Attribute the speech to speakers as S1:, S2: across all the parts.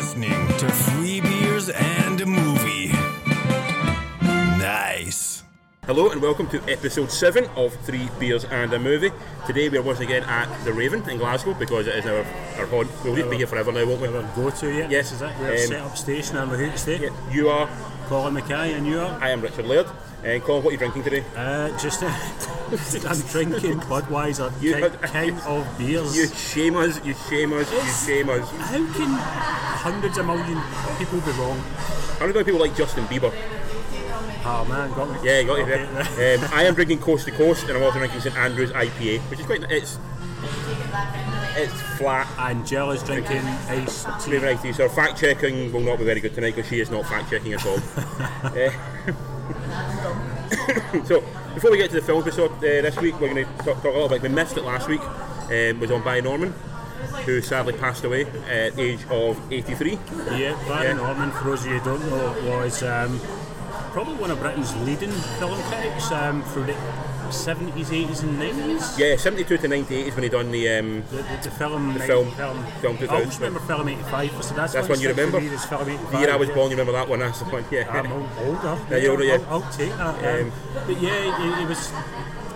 S1: to free beers and a movie. Nice.
S2: Hello and welcome to episode 7 of Three Beers and a Movie. Today we are once again at the Raven in Glasgow because it is our, our haunt. We'll just be here forever now, won't we?
S3: Our go-to, yeah.
S2: Yes.
S3: is that where
S2: Um,
S3: it's set up station and we're here to stay.
S2: Yeah, You are,
S3: Colin Mackay and you are
S2: I am Richard Laird. And Colin, what are you drinking today?
S3: uh, just. I'm drinking Budweiser,
S2: You
S3: king,
S2: had-
S3: king of beers.
S2: You shame us, you shame us, you shame us.
S3: How can hundreds of million people be wrong?
S2: How many people like Justin Bieber?
S3: Oh man, got me.
S2: Yeah, you Ah, got it
S3: Okay,
S2: there. Um, I am drinking Coast to Coast and I'm also drinking St Andrews IPA, which is quite, it's, it's flat.
S3: and Jella's drinking iced tea.
S2: Very nice. So fact checking will not be very good tonight because she is not fact checking at all. Eh, so before we get to the film episode uh, this week, we're going to talk, talk a little bit. We missed it last week. Um, was on by Norman, who sadly passed away at the age of 83.
S3: Yeah, Barry
S2: Yeah.
S3: Norman, for those of you who don't know, was um, probably one of Britain's leading film critics um, through the 70s, 80s, and 90s.
S2: Yeah, 72 to 98 is when he done the. Um,
S3: The, the, the film, the
S2: film.
S3: film,
S2: Film
S3: I always
S2: 2000.
S3: remember film '85. So that's
S2: That's
S3: one
S2: one you
S3: stick to
S2: remember?
S3: me, this film 85.
S2: the year I was
S3: yeah.
S2: born, you remember that one? That's the one.
S3: I'm
S2: Yeah.
S3: old, older.
S2: Yeah, you're older, yeah.
S3: I'll, I'll take that. Um, but yeah, he, he was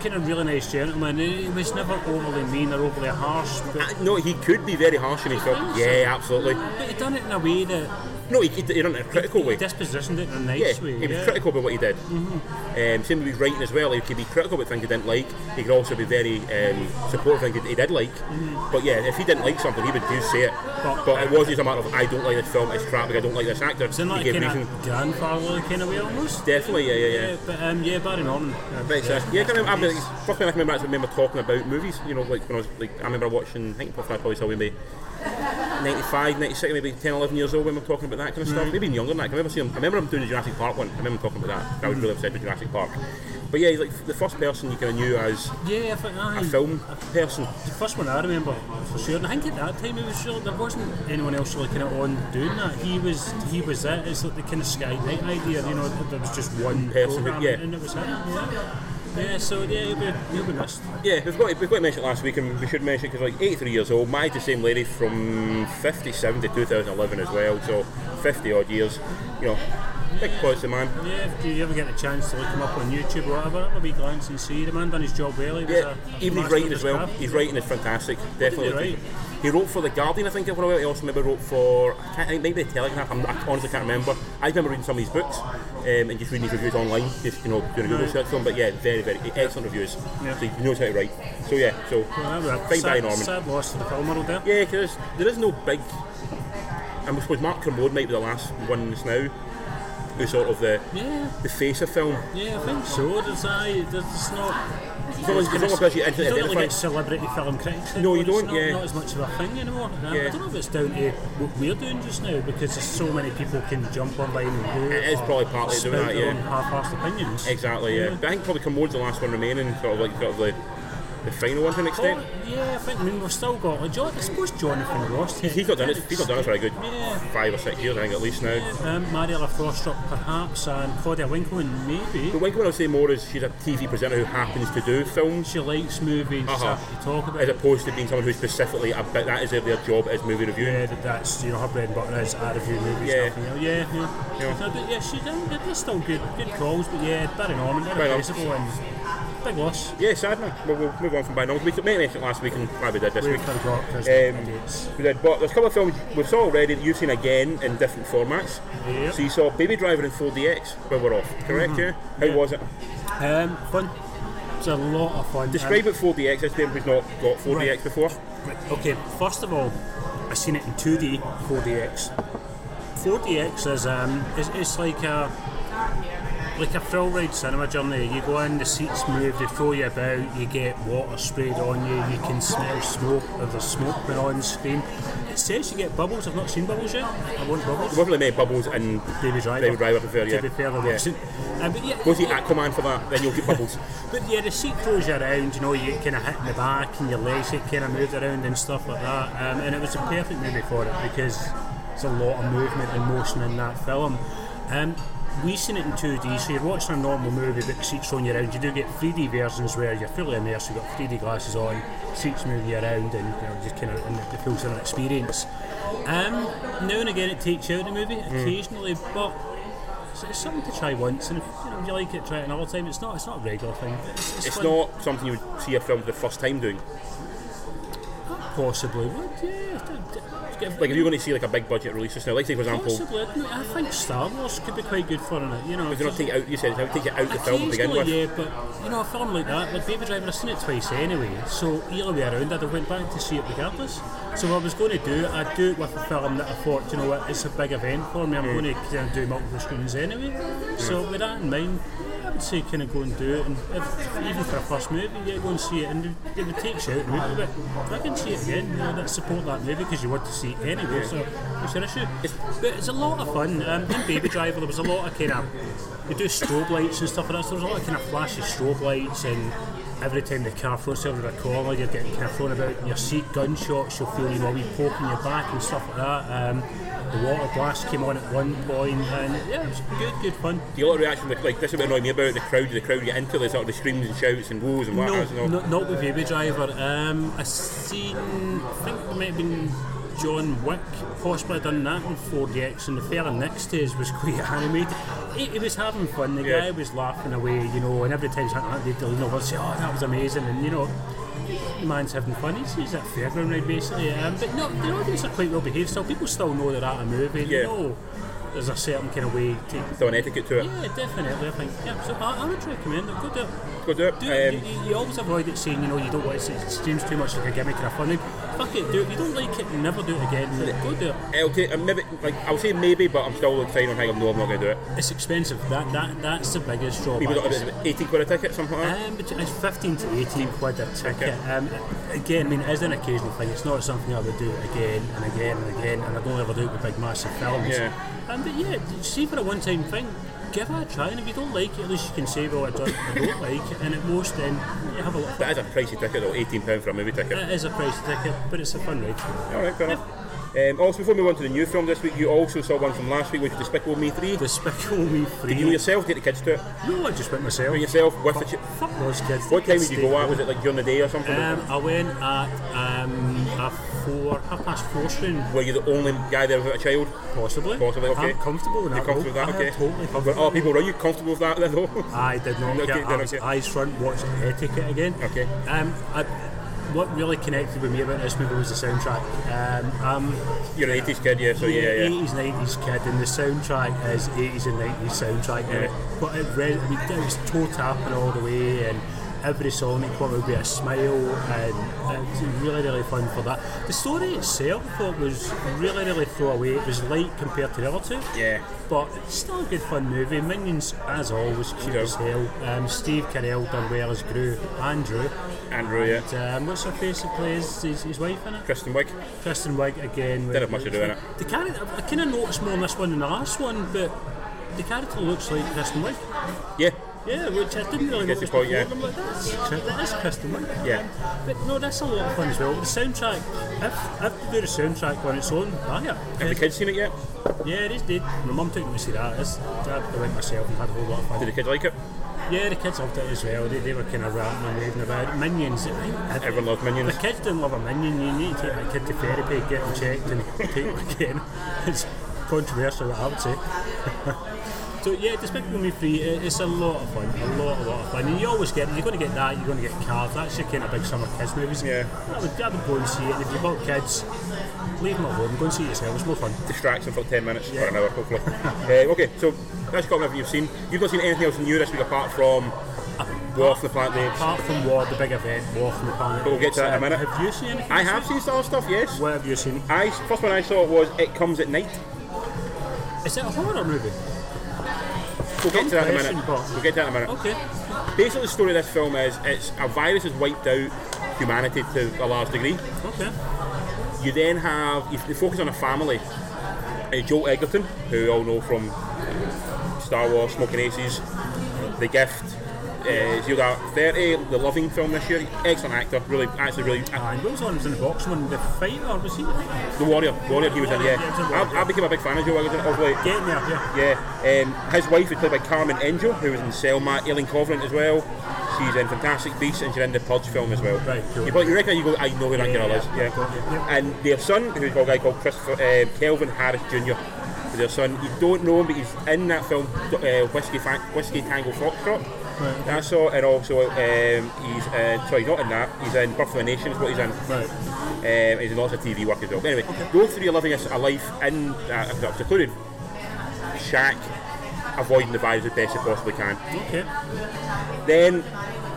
S3: kind of really nice gentleman. He, he was never overly mean or overly harsh, but,
S2: No, he could be very harsh in his film. Yeah, absolutely.
S3: but he done it in a way that
S2: No, he, he done it in a critical
S3: he
S2: way.
S3: dispositioned it in a
S2: Yeah,
S3: nice way.
S2: he was
S3: yeah.
S2: critical about what he did. Um, same with his writing as well. He could be critical about things he didn't like. He could also be very um, supportive of things he did like. But yeah, if he didn't like something, he would do say it. But,
S3: But-
S2: it was just a matter of I don't like this film. It's crap. Like I don't like this actor.
S3: It's in
S2: he
S3: like
S2: gave
S3: kind
S2: reason.
S3: of grandfatherly kind of way almost.
S2: Definitely, yeah, yeah, yeah.
S3: Yeah, but um, yeah, Barry Norman. uh,
S2: Right, so, yeah, I can remember, I
S3: he's-
S2: remember, first thing I can remember, is I remember talking about movies, you know, like when I was, like, I remember watching, I think I probably saw maybe 95, 96, maybe 10, 11 years old when we were talking about that kind of stuff, maybe even younger than that, 'cause I remember seeing, I remember him doing the Jurassic Park one, I remember talking about that, I was really upset with Jurassic Park. But yeah, he's like the first person you kind of knew as
S3: Yeah, I think aye.
S2: a film person.
S3: The first one I remember for sure, and I think at that time it was sure there wasn't anyone else really kind of on doing that. He was he was it. It's like the kind of Sky Night idea, you know. that There was just one
S2: Person,
S3: programme
S2: yeah.
S3: and it was him. Yeah. Yeah, so yeah, he'll be, he'll be missed.
S2: Yeah, we've got, we've got to mention it last week, and we should mention because like 83 years old, married the same lady from 57 to 2011 as well, so 50 odd years, you know, big points to the man.
S3: Yeah, if you ever get a chance to look him up on YouTube or whatever, have a wee glance and see the man done his job well. He was
S2: Yeah,
S3: a, a
S2: even his
S3: master of
S2: writing as
S3: his
S2: well.
S3: craft.
S2: His writing is fantastic. Definitely.
S3: he write?
S2: He wrote for The Guardian, I think, for a while. He also maybe wrote for, I can't, I think maybe The Telegraph. I'm, I honestly can't remember. I remember reading some of his books um, and just reading his reviews online, just, you know, doing a Google
S3: Right.
S2: search for him. But yeah, very, very e, excellent reviews.
S3: Yeah.
S2: So he knows how to write. So yeah, so
S3: Well, that was a
S2: fine by
S3: sad,
S2: Norman.
S3: sad loss to the film world there.
S2: Yeah, because there is no big. I suppose Mark Kermode might be the last one that's now who's sort of the,
S3: yeah.
S2: the face of film.
S3: Yeah, I think so. There's, I, there's not.
S2: It's not, it's not about you
S3: You don't really
S2: identifying.
S3: get celebrity film critics.
S2: No, you
S3: anymore.
S2: don't,
S3: It's
S2: yeah.
S3: Not, not as much of a thing anymore. And I-
S2: Yeah.
S3: I don't know if it's down to what we're doing just now because there's so many people can jump online and do
S2: It is
S3: or
S2: probably partly doing
S3: spout
S2: that,
S3: their
S2: yeah.
S3: own half-assed opinions.
S2: Exactly, yeah. But I think probably Commode's the last one remaining, sort of like sort of the, the final one to an extent.
S3: Oh, yeah, I think I mean, we've still got. Like, John, I suppose Jonathan Ross.
S2: He's not done it. He's not done it for a good
S3: Yeah.
S2: five or six years, I think, at least now.
S3: Um, Mariella Frostrup, perhaps, and Claudia Winkleman, maybe.
S2: But one thing I'll say more is she's a TV presenter who happens to do films,
S3: She likes movies,
S2: Uh-huh.
S3: stuff to talk about.
S2: as opposed to being someone who specifically about that is their, their job as movie reviewing.
S3: Yeah, that- that's you know her bread and butter is I review movies.
S2: Yeah.
S3: Yeah, yeah, yeah. yeah.
S2: Yeah.
S3: No, but yeah, she done. They're still good, good calls, but yeah, Barry Norman, they're
S2: Right on.
S3: irreplaceable and big loss.
S2: Yeah, sad man. We'll, we'll move on from Binomials. We made mention it last week and glad we did this
S3: We
S2: week.
S3: forgot because
S2: Um, we did, but there's a couple of films we saw already that you've seen again in different formats.
S3: Yep.
S2: So you saw Baby Driver in 4DX when we're off, correct? Yeah. How
S3: Mm-hmm. Yeah.
S2: was it?
S3: um, fun. It's a lot of fun.
S2: Describe it 4DX. This game we've not got 4DX
S3: Right.
S2: before.
S3: Um, okay, first of all, I seen it in 2D, 4DX. 4DX is um, it's, it's like a like a thrill ride cinema journey. You go in, the seats move, they throw you about, you get water sprayed on you, you can smell smoke, or there's smoke when on screen. It says you get bubbles, I've not seen bubbles yet. I want bubbles.
S2: We've really made bubbles and
S3: Baby Driver.
S2: Baby Driver prefer, yeah.
S3: To be fair, there
S2: Yeah.
S3: wasn't. Um, but yeah,
S2: Go see Aquaman for that, then you'll get bubbles.
S3: but yeah, the seat throws you around, you know, you kind of hit in the back and your legs get kind of moved around and stuff like that. Um, and it was a perfect movie for it because it's a lot of movement and motion in that film. Um, we seen it in 2D, so you're watching a normal movie but the seats on you around. You do get 3D versions where you're fully immersed, you've got 3D glasses on, seats moving you around, and you know, just kind of in the, the full cinema experience. Um, now and again, it takes you out of the movie
S2: Hmm.
S3: occasionally, but it's, it's something to try once, and if you, know, you like it, try it another time. It's not, it's not a regular thing. but It's, it's,
S2: It's
S3: fun.
S2: not something you would see a film for the first time doing.
S3: possibly would, yeah. d- d- give-
S2: Like if you're going to see like a big budget release just now, like say for example, if
S3: Possibly. I think Star Wars could be quite good for it. You know,
S2: you're not take it out, you said if you take it out the film to begin with.
S3: Occasionally, yeah, but you know, a film like that, like Baby Driver, I've seen it twice anyway, so either way around, I'd have went back to see it regardless. So what I was going to do, I'd do it with a film that I thought, you know what, it's a big event for me, I'm
S2: Mm.
S3: going to kind of do multiple screens anyway. So with that in mind, I would say kind of go and do it, and if, even for a first movie, yeah, go and see it, and it would take you out the movie, but if I can see it again, you know, that support that movie because you want to see it anyway, so it's your issue. But it's a lot of fun. Um, in Baby Driver, there was a lot of kind of, you do strobe lights and stuff like that, so there was a lot of kind of flashy strobe lights, and every time the car floats over a corner, you're getting kind of thrown about in your seat, gunshots, you'll feel, you know, a wee poke in your back and stuff like that. Um, the water blast came on at one point, and yeah, it was good, good fun.
S2: Do you get a lot of reaction like, like this is what annoyed me about the crowd, the crowd you get into, like sort of the screams and shouts and woos and what
S3: No,
S2: has and all.
S3: no, not with Baby Driver. Um, I seen, I think it might have been John Wick possibly done that in 4DX, and the fella next to us was quite animated. He, he was having fun. The
S2: Yeah.
S3: guy was laughing away, you know, and every time something they'd lean over and say, "Oh, that was amazing," and you know. The man's having fun. He's, he's at a fairground ride basically. Um, but no, the audience are quite well behaved. Still, people still know they're at a movie.
S2: Yeah.
S3: They know there's a certain kind of way to.
S2: Still an etiquette to it.
S3: Yeah, definitely. I think. Yeah. So I, I would recommend it. Go do it.
S2: Go do
S3: Do
S2: it.
S3: it.
S2: Um,
S3: you, you- you always avoid it saying, you know, you don't want it, it seems too much like a gimmick or a funny. Fuck it, do it. If you don't like it, never do it again. Like, go do it.
S2: I'll take, uh, maybe, like, I'll say maybe, but I'm still like, saying, hang on, no, I'm not going to do it.
S3: It's expensive. That that That's the biggest
S2: People
S3: drawback.
S2: got about 18 quid a ticket, something like that.
S3: Um, bet- it's 15 to 18 quid a ticket. Um, again, I mean, it is an occasional thing. It's not something I would do again and again and again, and I don't ever do it with big, massive films.
S2: Yeah.
S3: Um, but yeah, d- see, for a one time thing, give it a try, and if you don't like it, at least you can say, well, I don't, I don't like it, and at most then you have a lot of fun.
S2: That is a pricey ticket though, £18 for a movie ticket.
S3: It is a pricey ticket, but it's a fun ride.
S2: Alright, fair enough. Um, also, before we move on to the new film this week, you also saw one from last week, which was Despicable Me 3.
S3: Despicable Me 3.
S2: Did you yourself take the kids to it?
S3: No, I just went myself.
S2: By yourself, with the chi-
S3: Fuck those kids.
S2: What time
S3: Kids
S2: did you go at? Was it like during the day or something?
S3: take- Um, I went at um, a four, half past four soon,
S2: Were you the only guy there without a child?
S3: possibly.
S2: Possibly, okay.
S3: I'm comfortable with that.
S2: You're comfortable with that,
S3: though. I
S2: okay?
S3: am totally
S2: But,
S3: comfortable.
S2: oh, people, are you comfortable with that then, though?
S3: I did not
S2: Okay,
S3: get
S2: then,
S3: I was
S2: okay.
S3: eyes front watching etiquette again.
S2: Okay.
S3: Um, I, what really connected with me about this movie was the soundtrack. Um, I'm
S2: You're an 80s kid, yeah, so yeah, yeah.
S3: 80s, 90s kid, and the soundtrack is 80s and 90s soundtrack. And it, but it, re- I mean, it was toe tapping all the way, and every song that come out would be a smile, and it was really, really fun for that. The story itself, I thought, was really, really throwaway. It was light compared to the other two.
S2: Yeah.
S3: But it's still a good fun movie. Minions, as always, cute
S2: Yeah.
S3: as hell. Um, Steve Carell done well as Gru, Andrew.
S2: Andrew, yeah.
S3: And, um, what's her face that plays his, his wife in it?
S2: Kristen Wiig.
S3: Kristen Wiig again. with-
S2: Didn't have much to do in it.
S3: The character, I kind of noticed more in this one than the last one, but the character looks like Kristen Wiig.
S2: Yeah.
S3: Yeah, which I didn't really
S2: Gets
S3: notice
S2: your point,
S3: before.
S2: yeah.
S3: and I'm like, that's, that is Kristen Wiig.
S2: Yeah.
S3: But no, that's a lot of fun as well. The soundtrack, if, if they do the soundtrack on its own, buy it.
S2: Have the kids seen it yet?
S3: Yeah, it is dead. My mum took me to see that. It's, I went myself and had a whole lot of fun.
S2: Did the kids like it?
S3: Yeah, the kids loved it as well. They, they were kind of ranting and raving about it. Minions.
S2: Everyone loves Minions.
S3: The kids didn't love a minion. You need to take my kid to therapy, get them checked, and take them again. It's controversial, I would say. so yeah, Despicable Me 3, it- it's a lot of fun. A lot, a lot of fun. And you always get, you're going to get that, you're going to get cards. That's your kind of big summer kids movies.
S2: Yeah.
S3: I would, I would go and see it. And if you've got kids, leave them at home. Go and see it yourself. It's more fun.
S2: Distraction for 10 minutes or an hour, hopefully. uh, okay, so that's got everything you've seen. You've not seen anything else new this week apart from War from the Planet of the Apes.
S3: Apart from War, the big event, War from the Planet.
S2: We'll get to that in a minute.
S3: Have you seen anything?
S2: I have seen Star Wars stuff, yes.
S3: What have you seen?
S2: I first one I saw was It Comes at Night.
S3: Is it a horror movie?
S2: We'll get to that in a
S3: Confession
S2: minute.
S3: box.
S2: We'll get to that in a minute.
S3: Okay.
S2: Basically, the story of this film is it's a virus has wiped out humanity to a large degree.
S3: Okay.
S2: You then have you, you focus on a family. Uh, Joel Egerton, who we all know from Star Wars, Smoking Aces, The Gift, uh, Uh, so you got 30, the Loving film this year. Excellent actor, really, actually, really.
S3: Aye, and Wilson was in the box when the fighter was he the fighter?
S2: The Warrior, Warrior, he was in. Yeah,
S3: Yeah, it's in Warrior.
S2: I, I became a big fan of Joe Wigginton of late.
S3: Getting there, yeah.
S2: Yeah, um, his wife is played by Carmen Angel, who was in Selma, Alien Covenant as well. She's in Fantastic Beasts and she's in the Purge film as well.
S3: Right, cool.
S2: You, probably- you reckon you go, I know who that
S3: Yeah,
S2: girl
S3: yeah,
S2: is.
S3: yeah, got it, yeah.
S2: And their son, who's a guy called Christopher uh, Kelvin Harris Jr. is Their son, you don't know him, but he's in that film uh, Whiskey Fa- Whiskey Tango Foxtrot.
S3: Right.
S2: That's all, and also um, he's uh, sorry, not in that. He's in Birth of a Nation, is what he's in.
S3: Right.
S2: Um, he's in lots of TV work as well. But anyway, those three are living a, a life in uh, a secluded shack, avoiding the virus as best they possibly can.
S3: Okay.
S2: Then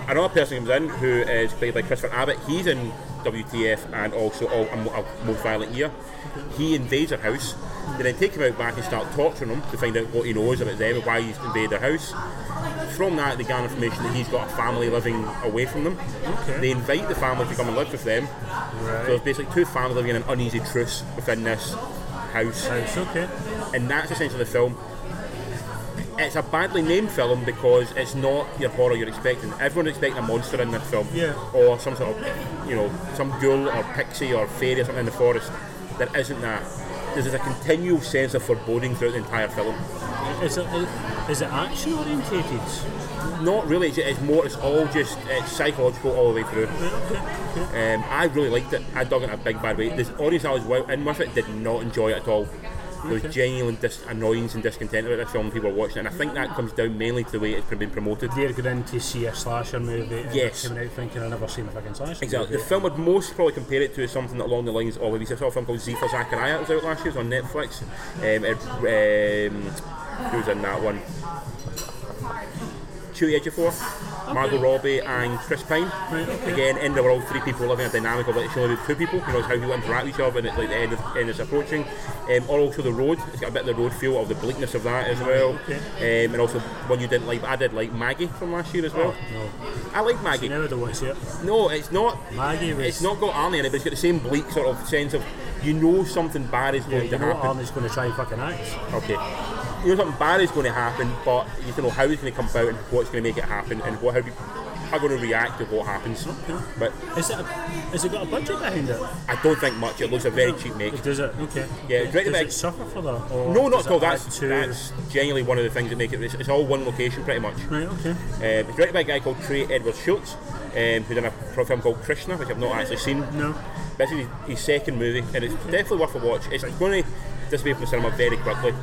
S2: another person comes in who is played by Christopher Abbott. He's in WTF and also all, a, Mo- a most violent year. He invades her house. They then take him out back and start torturing him to find out what he knows about them and why he's invaded their house. From that, they gain information that he's got a family living away from them.
S3: Okay.
S2: They invite the family to come and live with them. So there's basically two families living in an uneasy truce within this house
S3: It's okay.
S2: and that's essentially the film. It's a badly named film because it's not your horror you're expecting. Everyone's expecting a monster in this film,
S3: Yeah.
S2: or some sort of, you know, some ghoul or pixie or fairy or something in the forest. There isn't that. There's just a continual sense of foreboding throughout the entire film.
S3: Is it, is it action orientated?
S2: Not really. It's, it's more. It's all just it's psychological all the way through. Um, I really liked it. I dug it in a big bad way. The audience I was wi- in with it did not enjoy it at all. There was genuine dis- annoyance and discontent about this film. People were watching it, and I think that comes down mainly to the way it's been promoted.
S3: They're going to see a slasher movie and
S2: Yes.
S3: coming out thinking I've never seen a fucking slasher
S2: Exactly. The
S3: movie.
S2: film would most probably compare it to something along the lines of. We saw a film called Z for Zachariah. It was out last year. It was on Netflix. Um, it, um, who was in that one? Chewy Edgefor, Margot Robbie, and Chris Pine. Again, in the world, three people living a dynamic of like it's only two people. You know, it's how people interact with each other, and it's like the end, of, end is approaching. Um, or also the road. It's got a bit of the road feel of the bleakness of that as well. Um, and also one you didn't like, but I did like Maggie from last year as well. I like Maggie.
S3: Now I don't want to see Oh, it.
S2: No, it's not.
S3: Maggie was-
S2: It's not got Arnie in it, but it's got the same bleak sort of sense of you know something bad is
S3: Yeah,
S2: going
S3: you
S2: to
S3: know
S2: happen.
S3: Arnie's going to try and fucking act.
S2: Okay. You know something bad is going to happen, but you don't know how it's going to come about and what's going to make it happen and what, how people are going to react to what happens. But
S3: Is it, a, has it got a budget behind it?
S2: I don't think much. It looks a very cheap make.
S3: Does it? Okay.
S2: Yeah,
S3: Does,
S2: direct
S3: does
S2: back-
S3: it suffer for that? Or
S2: No,
S3: does
S2: not
S3: it
S2: at all.
S3: add
S2: That's,
S3: to-
S2: that's genuinely one of the things that make it. It's, it's all one location, pretty much.
S3: Right, okay.
S2: Um, it's directed by a guy called Trey Edward Schultz, um, who done a pro- film called Krishna, which I've not actually seen.
S3: No.
S2: This is his, his second movie, and it's definitely worth a watch. It's going to disappear from the cinema very quickly,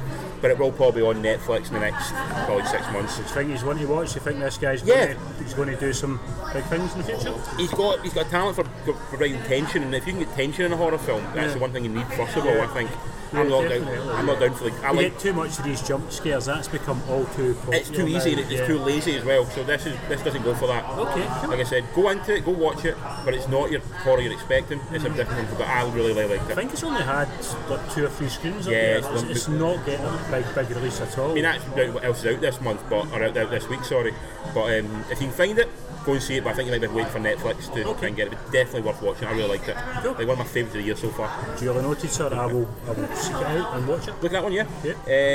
S2: but it will probably be on Netflix in the next probably six months.
S3: Think he's one to watch. You think this guy's
S2: Yeah.
S3: going to, he's going to do some big things in the future?
S2: He's got he's got a talent for for providing tension, and if you can get tension in a horror film, that's the one thing you need first of all. I think I'm not down.
S3: definitely,
S2: I'm not down for the. I
S3: You
S2: like
S3: get too much of these jump scares. That's become all too. Popular
S2: it's too easy and
S3: now,
S2: it's
S3: yeah.
S2: too lazy as well. So this is this doesn't go for that.
S3: Okay, cool.
S2: Like I said, go into it, go watch it, but it's not your horror you're expecting. It's a different thing. But I really really liked
S3: I
S2: it.
S3: think it's only had like two or three screens. up
S2: Yeah,
S3: there.
S2: it's
S3: it's,
S2: done-
S3: it's not getting a big big release at all.
S2: I mean, that's about what else is out this month, but or out out this week, sorry. But um, if you can find it, go and see it. But I think you might be waiting for Netflix to try and get it. But definitely worth watching. I really liked it.
S3: Cool.
S2: Like one of my favourites of the year so far.
S3: Do you have a notice, sir? I will. I will seek it out and watch it.
S2: Look at that one, yeah.
S3: Yeah.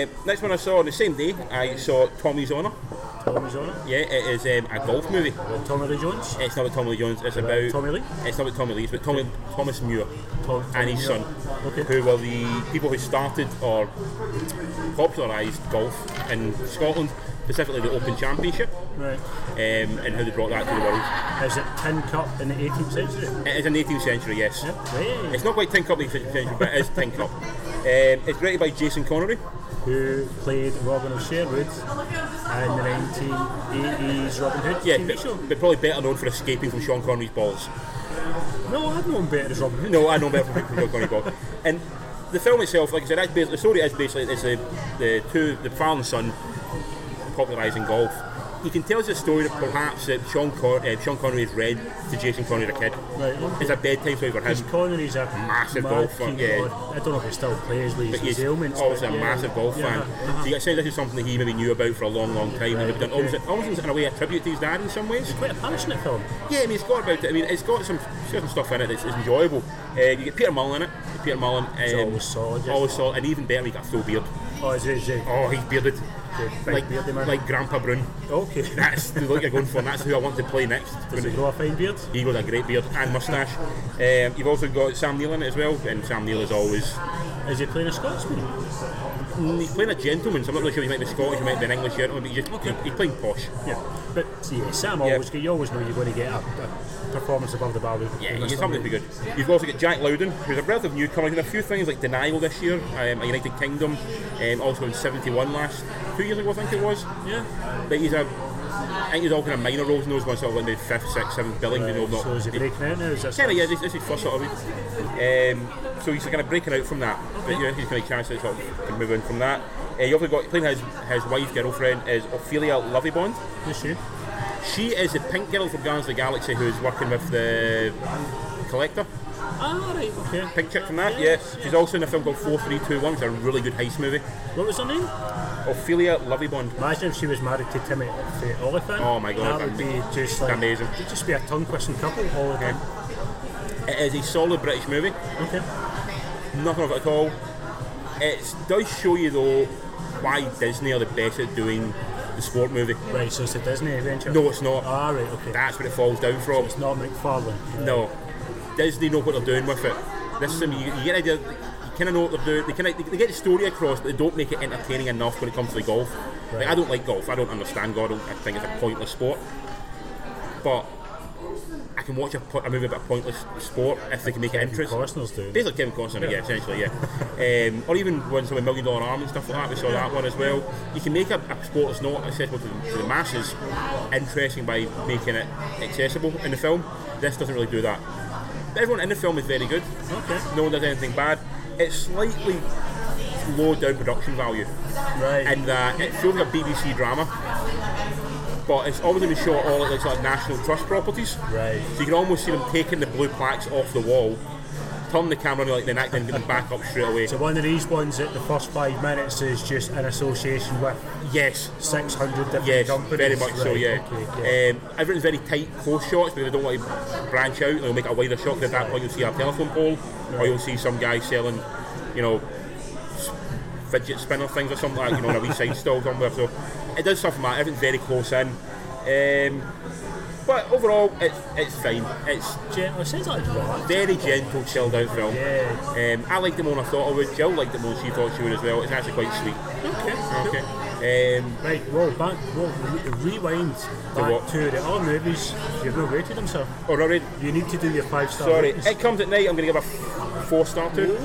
S2: Uh, next one I saw on the same day, I saw Tommy's Honor.
S3: Tommy's on it.
S2: Yeah, it is um, a golf movie.
S3: Tommy Lee Jones.
S2: It's not about Tommy Lee Jones. It's about
S3: Tommy Lee?
S2: It's not about Tommy Lee. It's about Tommy, Thomas Muir
S3: Tom-
S2: and his
S3: Tommy
S2: son,
S3: Muir. Okay.
S2: who were the people who started or popularised golf in Scotland, specifically the Open Championship,
S3: Right.
S2: um, and how they brought that to the world.
S3: Is it Tin Cup in the 18th century?
S2: It is an 18th century, yes.
S3: Yeah.
S2: It's not quite Tin Cup 18th century, but it is Tin Cup. Um, it's directed by Jason Connery.
S3: Who played Robin of Sherwood in the 1980s Robin Hood
S2: Yeah,
S3: TV
S2: but,
S3: show?
S2: but probably better known for escaping from Sean Connery's balls.
S3: No, I'd known better as Robin Hood.
S2: No, I know better from Sean Connery's balls. And the film itself, like I said, that's basically, the story is basically it's the, the two, the father and son, popularising golf. You can tell us a story that perhaps that Sean, Con- uh, Sean Connery has read to Jason Connery, the kid.
S3: Right, okay.
S2: It's a bedtime story for him.
S3: Because Connery's a
S2: Massive
S3: mad
S2: golfer,
S3: keen
S2: yeah.
S3: god. I don't know if he still plays with
S2: But
S3: his
S2: he's
S3: ailments.
S2: obviously
S3: but
S2: a
S3: yeah,
S2: massive golf
S3: yeah,
S2: fan.
S3: uh-huh.
S2: So you say this is something that he maybe knew about for a long, long time. and
S3: Right,
S2: they've done
S3: okay.
S2: almost, almost in a way a tribute to his dad in some ways.
S3: Quite a passionate film.
S2: Yeah, I mean, it's got about it. I mean, it's got some, it's got some stuff in it that's, that's enjoyable. Uh, you get Peter Mullen in it. Peter Mullen. Um,
S3: always solid, yes.
S2: Always solid. And even better, you got Phil Beard.
S3: Oh, is it? Is it?
S2: Oh, he's bearded.
S3: The big
S2: Like,
S3: beardy man.
S2: like Grandpa Brun.
S3: okay.
S2: That's the look you're going for, and that's who I want to play next.
S3: Does he grow a fine beard?
S2: He got a great beard and moustache. Um, you've also got Sam Neill in it as well, and Sam Neill is always
S3: Is he playing a Scotsman?
S2: he's playing a gentleman. So I'm not really sure he might be Scottish, he might be an English gentleman, but he's, just, he- he's playing posh.
S3: Yeah. But yeah, Sam always you always know you're going to get a, a performance above the bar. with-
S2: Yeah,
S3: with
S2: he's
S3: Mr.
S2: something
S3: Lee.
S2: to be good. You've also got Jack Loudon, who's a relative newcomer. He's in a few things like Denial this year, um, a United Kingdom, um, also in 71 last, two years ago I think it was.
S3: Yeah.
S2: But he's a, I think he's all kind of minor roles in those ones, sort of like the 5th, 6th, 7th billing, you know, not
S3: Uh, So is he breaking out now? Is that
S2: Kind of, yeah, this, this is first sort of. Um, so he's kind of breaking out from that, but you know, he's going to chance to sort of move on from that. Uh, you also got playing his his wife girlfriend is Ophelia Lovibond.
S3: this year?
S2: She is the pink girl from Guardians of the Galaxy who's working with the collector.
S3: Ah, right, okay.
S2: Pink chick from that, yeah. She's also in a film called Four Three Two One, which is a really good heist movie.
S3: What was her name?
S2: Ophelia Lovibond.
S3: Imagine if she was married to Timmy the Oliphant.
S2: Oh my God,
S3: That would be
S2: that'd
S3: just like
S2: amazing.
S3: It'd just be a tongue twisting couple all the time.
S2: It is a solid British movie.
S3: Okay.
S2: nothing of it at all. It does show you though why Disney are the best at doing the sport movie.
S3: Right, so it's a Disney adventure.
S2: No, it's not.
S3: Ah, right, okay.
S2: That's what it falls down from.
S3: It's not McFarlane.
S2: No, Disney know what they're doing with it. This is something you, you get an idea. You kind of know what they're doing. They kind of they, they get the story across, but they don't make it entertaining enough when it comes to the golf. Like, I don't like golf. I don't understand golf. I, don't- I think it's a pointless sport. But I can watch a, po- a movie about a pointless sport if they can make it interesting.
S3: Costner's doing. it.
S2: Basically, Kevin Costner, yeah, essentially, yeah. um, or even when some Million Dollar Arm and stuff like that, we saw that one as well. You can make a, a sport that's not accessible to the, to the masses interesting by making it accessible in the film. This doesn't really do that. Everyone in the film is very good.
S3: Okay.
S2: No one does anything bad. It's slightly low down production value
S3: Right.
S2: in that uh, it feels like a BBC drama, but it's always been shot all at like sort of national trust properties.
S3: Right.
S2: So you can almost see them taking the blue plaques off the wall, turn the camera on like the neck, and get them back up straight away.
S3: so one of these ones that the first five minutes is just in association with
S2: yes.
S3: 600 different
S2: Yes,
S3: companies.
S2: very much so.
S3: Right,
S2: Yeah,
S3: Okay, yeah.
S2: Um, everything's very tight close shots because they don't want to branch out. They'll make a wider shot. 'cause At that point, you'll see a telephone pole, or you'll see some guy selling, you know, s- fidget spinner things or something like that, you know, on a wee side stall somewhere. So it does stuff from that. Everything's very close in. Um, but overall, it's it's fine. It's
S3: Gen- it sounds like what?
S2: very gentle, chilled out film.
S3: Yeah.
S2: Um, I liked it more than I thought I would. Jill liked it more than she thought she would as well. It's actually quite sweet.
S3: Okay.
S2: Okay. Um,
S3: Right, well, back, well, re- rewind back
S2: what?
S3: to the other movies. You've not rated them, sir.
S2: oh, no, Red-
S3: You need to do your five star.
S2: Sorry, it comes at night. I'm going to give a f- four star to. it.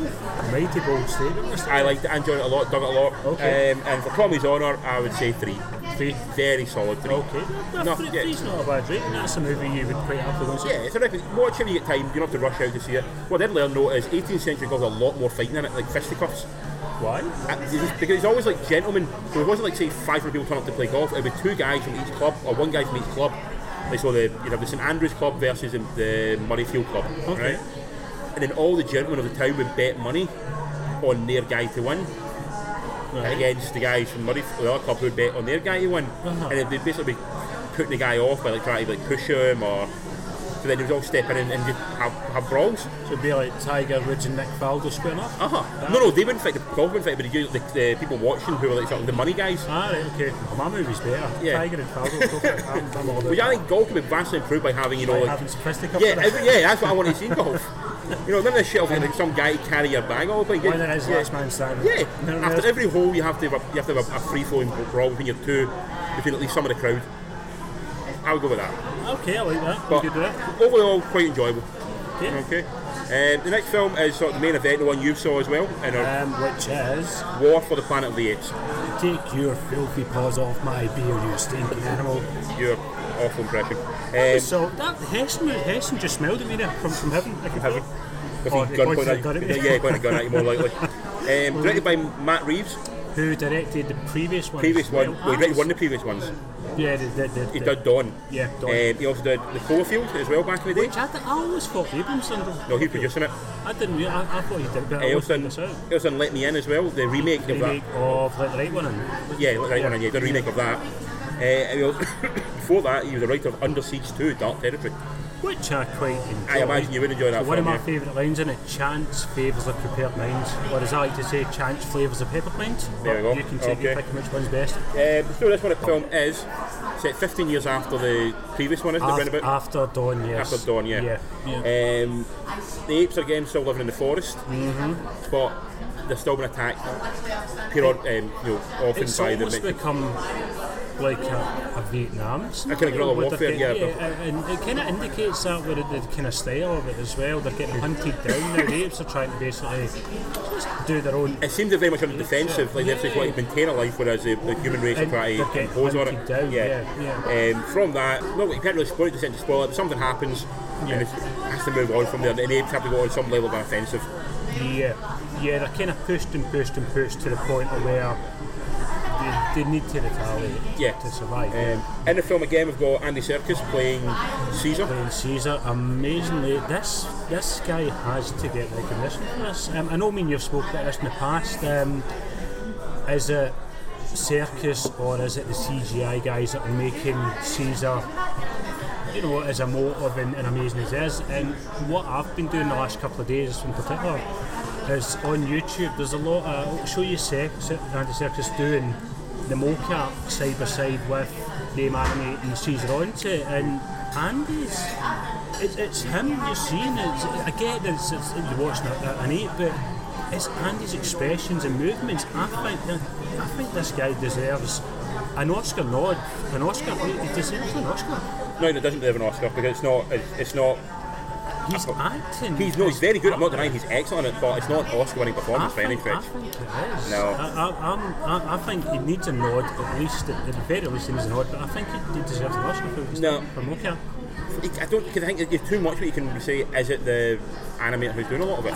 S3: Mighty bold statement, Mr.
S2: I liked it, I enjoyed it a lot, dug it a lot.
S3: Okay.
S2: Um, and for Tommy's honour, I would say three.
S3: Three.
S2: Very solid three.
S3: Okay. No,
S2: No,
S3: three,
S2: yeah.
S3: three's not a bad rating. That's a movie you would quite happily go and see.
S2: Yeah, it's a record. Watch it when you get time. You don't have to rush out to see it. What I did learn though is 18th century golf had a lot more fighting in it, like fisticuffs.
S3: Why?
S2: Uh, it was- Because it's always like gentlemen. So it wasn't like say 500 people turn up to play golf. It would be two guys from each club or one guy from each club. Like so, the you know the St Andrews Club versus the, the Murrayfield Club,
S3: Okay.
S2: right? And then all the gentlemen of the town would bet money on their guy to win. against the guys from Murray, the other club who would bet on their guy to win,
S3: Uh-huh.
S2: and they'd basically be putting the guy off by like trying to like push him or. So then they would all step in and, and just have, have brawls.
S3: So it'd be like Tiger Woods and Nick Faldo squaring up.
S2: Uh huh. No, no, they wouldn't fight the golf wouldn't fight, but the, the, the people watching who were like sort of the money guys.
S3: Ah, right, okay. My movie's better.
S2: Yeah.
S3: Tiger and Faldo. go for it. I'm, I'm all about
S2: Which I
S3: it.
S2: think golf can be vastly improved by having you know
S3: Like
S2: like
S3: having fisticuffs
S2: yeah,
S3: with it.
S2: every, yeah, that's what I want to see in golf. You know, none of this shit of like some guy to carry your bag all the time.
S3: Why not as
S2: Yeah.
S3: last man standing?
S2: Yeah,
S3: No, no,
S2: after
S3: no.
S2: every hole you have to have a, you have to have a, a free flowing brawl between your two, between at least some of the crowd. I would go with that.
S3: Okay, I like that.
S2: But
S3: Good there.
S2: overall, quite enjoyable.
S3: Okay.
S2: Okay. Um, the next film is sort of the main event, the one you saw as well, in our
S3: Um, which is
S2: War for the Planet of the Apes.
S3: take your filthy paws off my beer, you stinking animal.
S2: Your awful impression. Um,
S3: So that Hessen, Hessen just smelled at me there from, from heaven. I can
S2: Have you? If
S3: Oh,
S2: he
S3: they
S2: gun
S3: pointed
S2: point at
S3: a gun at
S2: you-
S3: me.
S2: yeah, yeah, pointed a gun at you more likely. Um, directed by Matt Reeves,
S3: Who directed the previous one?
S2: previous
S3: as well?
S2: one. Well, he directed one of the previous ones.
S3: Yeah, the, the, the,
S2: He
S3: the-
S2: did Dawn.
S3: Yeah, Dawn.
S2: Um, he also did The Cloverfield as well back in the day.
S3: Which I, th- I always thought Abramson did.
S2: No, he producing it.
S3: I didn't. Re- I, I thought he did, but I
S2: He
S3: always
S2: also
S3: found
S2: done-
S3: this out.
S2: he also done Let Me In as well, the remake of that.
S3: Remake of Let the Right One In.
S2: Yeah, like that
S3: Yeah.
S2: one, yeah, the remake of that. Uh, and he also- before that, he was a writer of Under Siege 2, Dark Territory.
S3: which I quite enjoy.
S2: I imagine you would enjoy that
S3: So one of
S2: film,
S3: my
S2: yeah.
S3: favourite lines in it, chance favours of prepared minds, or as I like to say, chance flavours of pepper minds.
S2: There we
S3: But
S2: go.
S3: You can take
S2: Okay.
S3: your pick which one's best.
S2: Uh, the story of this one at film is set 15 years after the previous one, isn't it? round
S3: After,
S2: about?
S3: after dawn, yes.
S2: After Dawn, yeah.
S3: Yeah.
S2: Um, the apes are again still living in the forest, mm-hmm. but they're still being attacked period, um, you know, often
S3: It's
S2: by the.
S3: almost become like a, a Vietnam.
S2: A kind of guerrilla
S3: With the
S2: warfare,
S3: kind-
S2: yeah.
S3: and and it kind of indicates that with the kind of style of it as well. They're getting hunted down. Now the apes are trying to basically just do their own.
S2: it seems they're very much on the defensive, like they're trying to maintain a life, whereas the, the human race are
S3: And
S2: trying
S3: they're
S2: to
S3: getting
S2: impose on
S3: hunted
S2: it.
S3: down, yeah,
S2: Um, from that, well, you can't really spoil it, just to spoil it, but something happens, and it has to move on from there. And the apes have to go on some level of an offensive.
S3: Yeah, yeah. They're kind of pushed and pushed and pushed to the point of where they, they need to retaliate
S2: Yeah.
S3: to survive.
S2: Um, in the film again, we've got Andy Serkis playing Caesar.
S3: Brian Caesar, amazingly, this this guy has to get recognition for this. Um, I know, I mean, you've spoken about this in the past. Um, is it circus or is it the CGI guys that are making Caesar? You know, as emotive and, and amazing as it is. And what I've been doing the last couple of days, in particular, is on YouTube. There's a lot. Of, I'll show you Cir- Cir- Andy Circus doing the mocap side by side with them animating Caesar onto it, and Andy's it's, it's him you're seeing. It's, I get that it's, it's, you're watching a, a- an ape, but it's Andy's expressions and movements. I think that, I think this guy deserves an Oscar nod. An Oscar. He he deserves an Oscar.
S2: No, it doesn't deserve an Oscar because it's not. It's, it's not.
S3: He's acting.
S2: Oh. He's no. He's very good. I'm not denying he's excellent at it, but it's not an Oscar-winning
S3: I
S2: performance by any
S3: think, I
S2: stretch.
S3: think it is.
S2: No.
S3: I, I, I'm, I, I think he needs a nod, at least, at the very least, he needs a nod, but I think he, he deserves an Oscar for this.
S2: No.
S3: For Mocap.
S2: I don't. Cause I think there's too much. What you can say is it the animator who's doing a lot of it.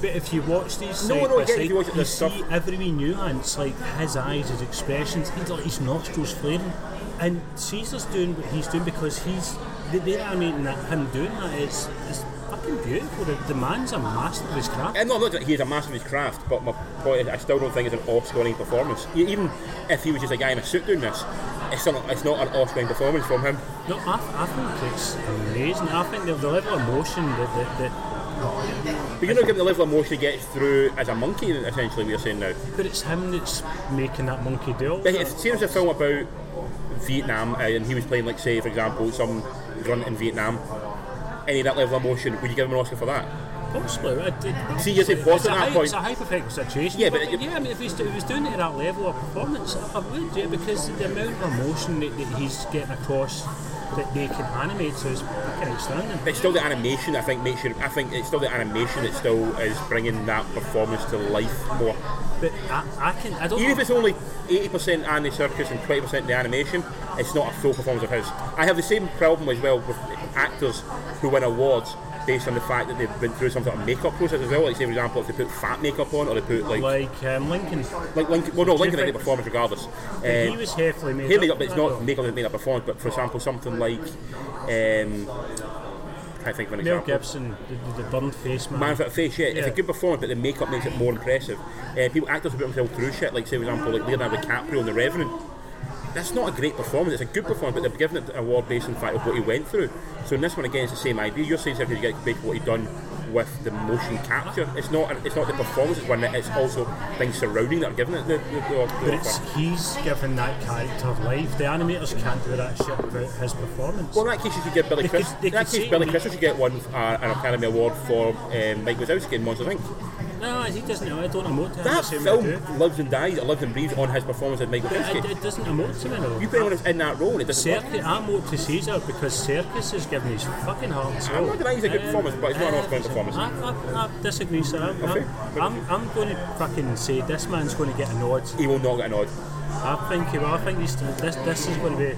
S3: But if you watch these,
S2: No,
S3: side
S2: no,
S3: by
S2: I get it,
S3: side,
S2: if you watch it,
S3: you
S2: there's
S3: see
S2: stuff-
S3: every wee nuance, like his eyes, his expressions, he's got his nostrils flaring, and Caesar's doing what he's doing because he's they- they're animating that him doing that. It's, it's fucking beautiful. The, the man's a master of his craft.
S2: And Eh, no, not that he's a master of his craft, but my point is, I still don't think it's an Oscar-winning performance. E- Even if he was just a guy in a suit doing this, it's still not. It's not an Oscar-winning performance from him.
S3: No, I, I think it's amazing. I think the, the level of emotion that, that, that
S2: But you're not getting the level of emotion he gets through as a monkey. Essentially, we're saying now.
S3: But it's him that's making that monkey do it.
S2: But If see, there's a film about Vietnam, uh, and he was playing, like, say, for example, some grunt in Vietnam. Any of that level of emotion, would you give him an Oscar for that?
S3: Possibly. I did,
S2: See, you said
S3: it's,
S2: boss
S3: a,
S2: at that
S3: hy-
S2: point.
S3: it's a hypothetical situation.
S2: Yeah,
S3: but,
S2: but it-
S3: yeah, I mean, if he's, do- if he's doing it at that level of performance, I, I would, yeah, because the amount of emotion that, that he's getting across that they can animate so is fucking outstanding.
S2: It's still the animation I think makes you. I think it's still the animation that still is bringing that performance to life more.
S3: But I, I can, I don't
S2: Even if
S3: know.
S2: it's only eighty percent Andy Circus and twenty percent the animation, it's not a full performance of his. I have the same problem as well with actors who win awards based on the fact that they've been through some sort of makeup process as well. Like say for example, if they put fat makeup on or they put like like,
S3: Like um, Lincoln.
S2: Lincoln. Well, no, Lincoln did the
S3: Different.
S2: performance regardless. Um,
S3: he was heavily made
S2: Here
S3: up.
S2: made up, but it's
S3: I
S2: not
S3: know.
S2: makeup that made up performance. But for example, something like um, I think of an
S3: Mel
S2: example.
S3: Gibson, the, the, the burned face man.
S2: Man without a face, yeah. It's
S3: Yeah.
S2: a good performance, but the makeup makes it more impressive. Uh, people actors who put themselves through shit, like say for example, like Leonardo DiCaprio in The Revenant. That's not a great performance. It's a good performance, but they've given it an award based on the fact of what he went through. So in this one again, it's the same idea. You're saying something you get based on what he done with the motion capture. It's not. It's not the performance. It's one that it's also things surrounding that are giving it the. the, the,
S3: But
S2: the
S3: it's, he's given that character life. The animators can't do that shit without his performance.
S2: Well, in that case, you should get Billy
S3: They
S2: Chris.
S3: could- they
S2: In that
S3: could
S2: case,
S3: say
S2: Billy
S3: we-
S2: Crystal should get one uh, an Academy Award for um, Mike Wazowski in Monsters Inc.
S3: No, he doesn't. I don't emote to him. the
S2: That
S3: same way I
S2: film
S3: do.
S2: lives and dies, it lives and breathes on his performance as Mike
S3: It,
S2: Wazowski.
S3: it doesn't emote to me. though.
S2: You put anyone else in that role, and it doesn't. work.
S3: Circus, I emote to Caesar because Circus has given his fucking heart and soul.
S2: I'm not denying he's a good
S3: Um,
S2: performance, but it's not an
S3: uh,
S2: Oscar performance.
S3: I, I, I disagree, sir. I'm,
S2: Okay.
S3: I'm, I'm, I'm going to fucking say this man's going to get a nod.
S2: He will not get a nod.
S3: I think he will. I think he's, this, this is going to be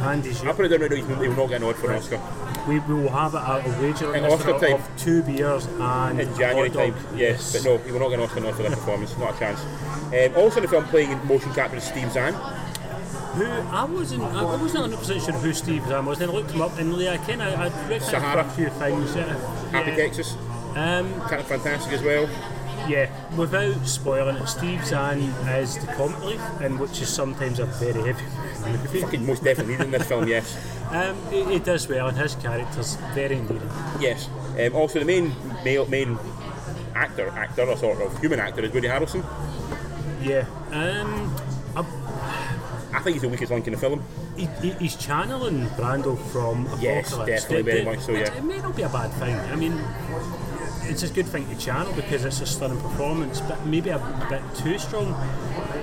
S3: Andy's
S2: I
S3: year.
S2: put it down right now. he's- He will not get a nod for an Oscar
S3: We, we will have a, a wager on
S2: In
S3: this
S2: Oscar
S3: of-
S2: time.
S3: of two beers and
S2: in January
S3: a hot
S2: time.
S3: dog.
S2: Yes, but no, he will not get an Oscar nod for that performance. Not a chance. Um, also, in the film playing in motion capture is Steve Zahn.
S3: Who I wasn't, I wasn't 100 percent sure who Steve Zahn was. Then I looked him up, and like, I kind of, I recognised
S2: Sahara.
S3: a few things. Yeah,
S2: Happy
S3: yeah.
S2: Texas,
S3: Um,
S2: kind of fantastic as well.
S3: yeah, without spoiling it, Steve Zahn is the comic relief, and which is sometimes a very heavy movie.
S2: Fucking most definitely needed in this film, yes.
S3: Um, he, he does well, and his character's very endearing.
S2: Yes. Um, also, the main male, main actor, actor or sort of human actor is Woody Harrelson.
S3: Yeah, um, I-
S2: I think he's the weakest link in the film.
S3: he, he, he's channeling Brando from Apocalypse.
S2: Yes, definitely,
S3: It-
S2: very
S3: it-
S2: much so, yeah.
S3: It, it may not be a bad thing. I mean, it's a good thing to channel because it's a stunning performance, but maybe a, bit too strong.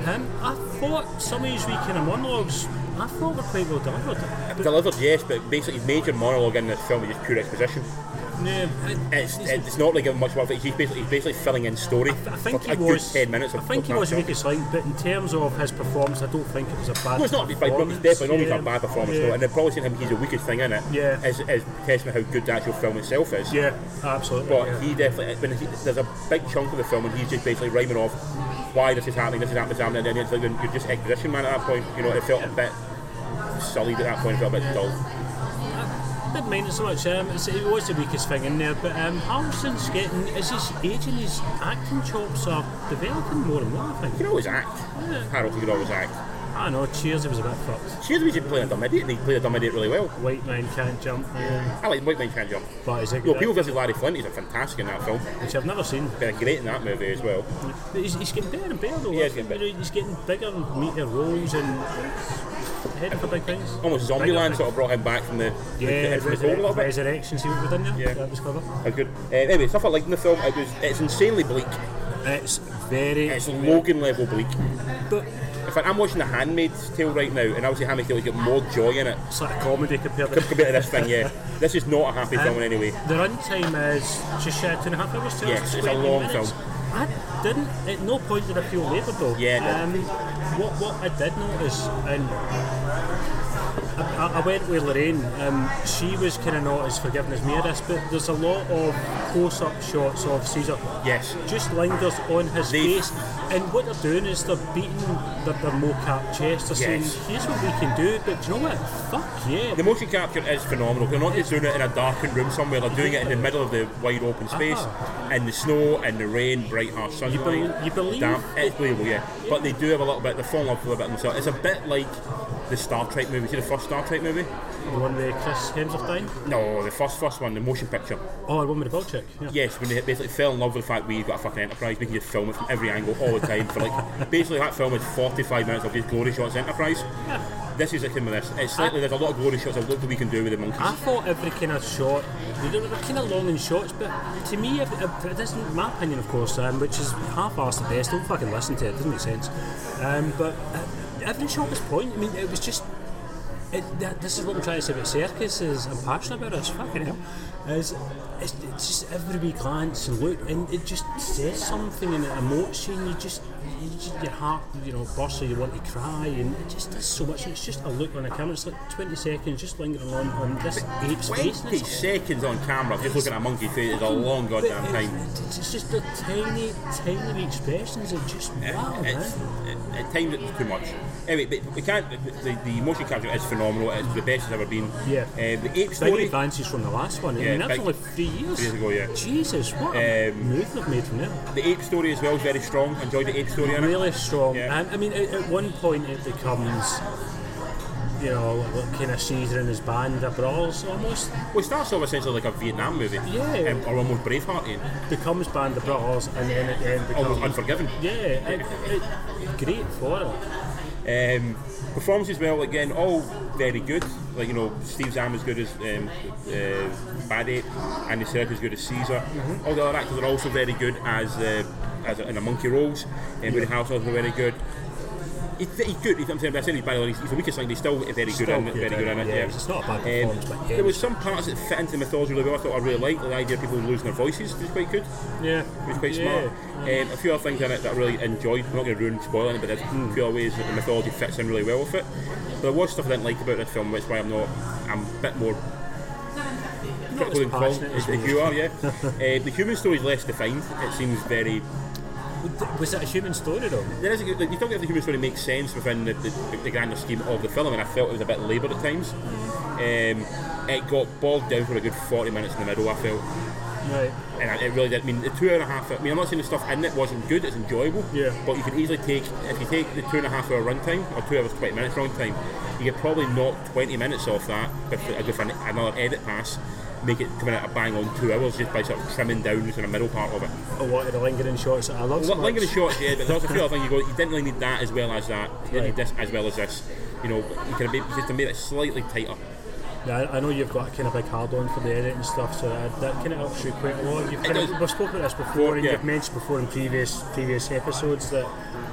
S3: Um, I thought some of his wee kind of monologues, I thought were quite well delivered. But,
S2: Delivered, yes, but basically his major monologue in this film is just pure exposition.
S3: no, it-
S2: It's,
S3: he's-
S2: it's not really giving much worth. He's basically, he's basically filling in story.
S3: I think
S2: for
S3: he
S2: a
S3: was.
S2: Good ten minutes.
S3: I
S2: Of,
S3: think
S2: of
S3: he was
S2: that film.
S3: making slight, but in terms of his performance, I don't think it was a bad.
S2: No, it's not. It's, like,
S3: performance.
S2: it's definitely not
S3: Yeah.
S2: a bad performance.
S3: Yeah.
S2: No, and they're probably saying him he's the weakest thing in it.
S3: Yeah.
S2: Is, is testing how good the actual film itself is.
S3: yeah, absolutely.
S2: But
S3: yeah.
S2: he definitely, when he, there's a big chunk of the film and he's just basically rhyming off why this is happening, this is happening, this is happening, and it's like you're just exposition man at that point. You know, it felt a bit sullied at that point, it felt a bit dull.
S3: Didn't mind it so much. Um, it's, it was the weakest thing in there, but um, Harrison's getting as his age and his acting chops are developing more and more. I
S2: You
S3: think.
S2: can always act. Harold, you can always act.
S3: I know. Cheers, it was a bit fucked.
S2: She's the reason playing a dumb idiot, and he played a dumb idiot really well.
S3: White man can't jump, um,
S2: I like White Man Can't Jump.
S3: but is it
S2: No, People vs. Larry Flint is a fantastic in that film.
S3: which I've never seen.
S2: They're great in that movie as well.
S3: But he's, he's getting better and better though.
S2: Yeah, he's getting better.
S3: You know, he's getting bigger, and meatier roles, and heading for big things.
S2: Almost
S3: Bigger
S2: Zombieland
S3: things.
S2: sort of brought him back from the,
S3: Yeah,
S2: the, from the cold a little
S3: resurrection,
S2: bit.
S3: resurrection. See what we done there?
S2: Yeah.
S3: that was clever.
S2: That was good. Uh, anyway, stuff I liked in the film, it was it's insanely bleak.
S3: It's very.
S2: It's Logan level bleak.
S3: but
S2: In fact, I'm watching The Handmaid's Tale right now, and obviously Handmaid's Tale has got more joy in it
S3: it's like a comedy compared to.
S2: compared to this thing, yeah. This is not a happy film in any way.
S3: The runtime is just uh, two and a half hours. Two hours,
S2: Yes, it's a
S3: 20
S2: long
S3: minutes.
S2: film.
S3: I didn't. At no point did I feel laboured though.
S2: Yeah, it did.
S3: Um, what what I did notice, and I, I- I went with Lorraine. Um, she was kind of not as forgiving as me at this, but there's a lot of close-up shots of Caesar.
S2: Yes.
S3: Just lingers on his
S2: They-
S3: face, and what they're doing is they're beating their, their mocap chest. They're
S2: Yes.
S3: saying, "Here's what we can do," but do you know what? Fuck yeah.
S2: The motion capture is phenomenal. They're not just doing it in a darkened room somewhere, they're doing it in the middle of the wide open space, in the snow, and the rain, bright harsh sunlight.
S3: bel- Uh-huh. you believe-
S2: damp. It's believable, yeah. But they do have a little bit, they fall in love with a bit themselves. It's a bit like the Star Trek movie. See the first Star Trek movie?
S3: The one with Chris Hemsworth dying.
S2: No, the first first one, the motion picture.
S3: Oh, the one with the ball check. Yeah.
S2: Yes, when they basically fell in love with the fact we've got a fucking Enterprise, we can just film it from every angle all the time. For like, basically that film is 45 minutes of just glory shots Enterprise. This is akin with this. It's slightly there's a lot of glory shots of look that we can do with the
S3: I
S2: monkeys.
S3: thought every kind of shot, they were kind of long and shots, but to me, if, if, it isn't my opinion, of course, um, which is half-assed at best. Don't fucking listen to it; it doesn't make sense. Um, but uh, every shot was point. I mean, it was just. It, that, this is what I'm trying to say about circus. Is I'm passionate about this. Fucking hell, is it's, it's just every wee glance and look, and it just says something and it emotes you, and you just. You just, your heart, you know, bursts, or you want to cry, and it just does so much. And it's just a look on the camera. It's like 20 seconds, just lingering on on this ape's face. and
S2: 20
S3: it's-
S2: seconds on camera, just looking at a monkey face is a long
S3: but
S2: goddamn
S3: it's-
S2: time.
S3: It's, it's just the tiny, tiny wee expressions. It just wow,
S2: It-
S3: man.
S2: it's, it, at times it's too much. Anyway, but we can't. The, the, the motion capture is phenomenal. It's the best it's ever been.
S3: Yeah.
S2: Um, the ape
S3: Big
S2: story.
S3: advances from the last one. I
S2: Yeah,
S3: mean, that's
S2: big-
S3: only three years.
S2: years ago, yeah.
S3: Jesus, what a
S2: Um,
S3: move they've made from there.
S2: The ape story as well is very strong. Enjoyed the ape story in it.
S3: Really strong.
S2: Yeah.
S3: And I mean, at, at one point it becomes, you know, like what kind of Caesar and his band of brawls almost
S2: Well, it starts off essentially like a Vietnam movie.
S3: Yeah.
S2: Um, or almost Braveheart.
S3: becomes band of brawls, and then at the end becomes.
S2: Almost Oh, Unforgiven.
S3: yeah, it, it, great for it.
S2: Um, performance as well, again, all very good. Like you know, Steve Zahn as good as um, uh, Bad Ape, Andy Serkis as good as Caesar.
S3: Mm-hmm.
S2: All the other actors are also very good as uh, as in the Monkey Rolls. And Woody Harrelson is very good. He's, he's good. He's, I'm saying, I'm saying he's bad. He's, he's the weakest link. but He's still very good. in, it, very good in it.
S3: yeah,
S2: Yeah.
S3: It's not a bad
S2: Um,
S3: performance, but yeah,
S2: there was some parts that fit into the mythology really well. I thought I really liked the idea of people losing their voices. was quite good.
S3: yeah,
S2: It was quite
S3: yeah.
S2: smart. Um, a few other things in it that I really enjoyed. I'm not going to ruin spoil it, but there's
S3: Hmm.
S2: a few other ways that the mythology fits in really well with it. There was stuff I didn't like about this film, which is why I'm not. I'm a bit more.
S3: Not as
S2: critical than Colin
S3: passionate as
S2: as you are, yeah. uh, the human story is less defined. It seems very.
S3: Was that a human story though?
S2: There is a good. Like, you don't get the human story makes sense within the, the, the grander scheme of the film, and I felt it was a bit laboured at times. Um, it got bogged down for a good 40 minutes in the middle. I felt
S3: Right.
S2: and I- it really did. I mean, the two and a half. I mean, I'm not saying the stuff in it wasn't good; it's enjoyable.
S3: Yeah.
S2: But you could easily take if you take the two and a half hour runtime or two hours twenty minutes runtime, you could probably knock twenty minutes off that with, a- with an, another edit pass, make it come in at a bang on two hours just by sort of trimming down the kind of middle part of it.
S3: Oh, what are the lingering shots that I love so
S2: Well, lingering
S3: much?
S2: shots, yeah, but there's also a few other things you go. You didn't really need that as well as that. You didn't need
S3: Right.
S2: this as well as this. You know, you could have made, just to make it slightly tighter.
S3: Yeah, I- I know you've got a kind of big hard on for the edit and stuff, so that, that kind of helps you quite a lot. You've kind
S2: does.
S3: of, we've spoken about this before, and
S2: yeah.
S3: you've mentioned before in previous previous episodes that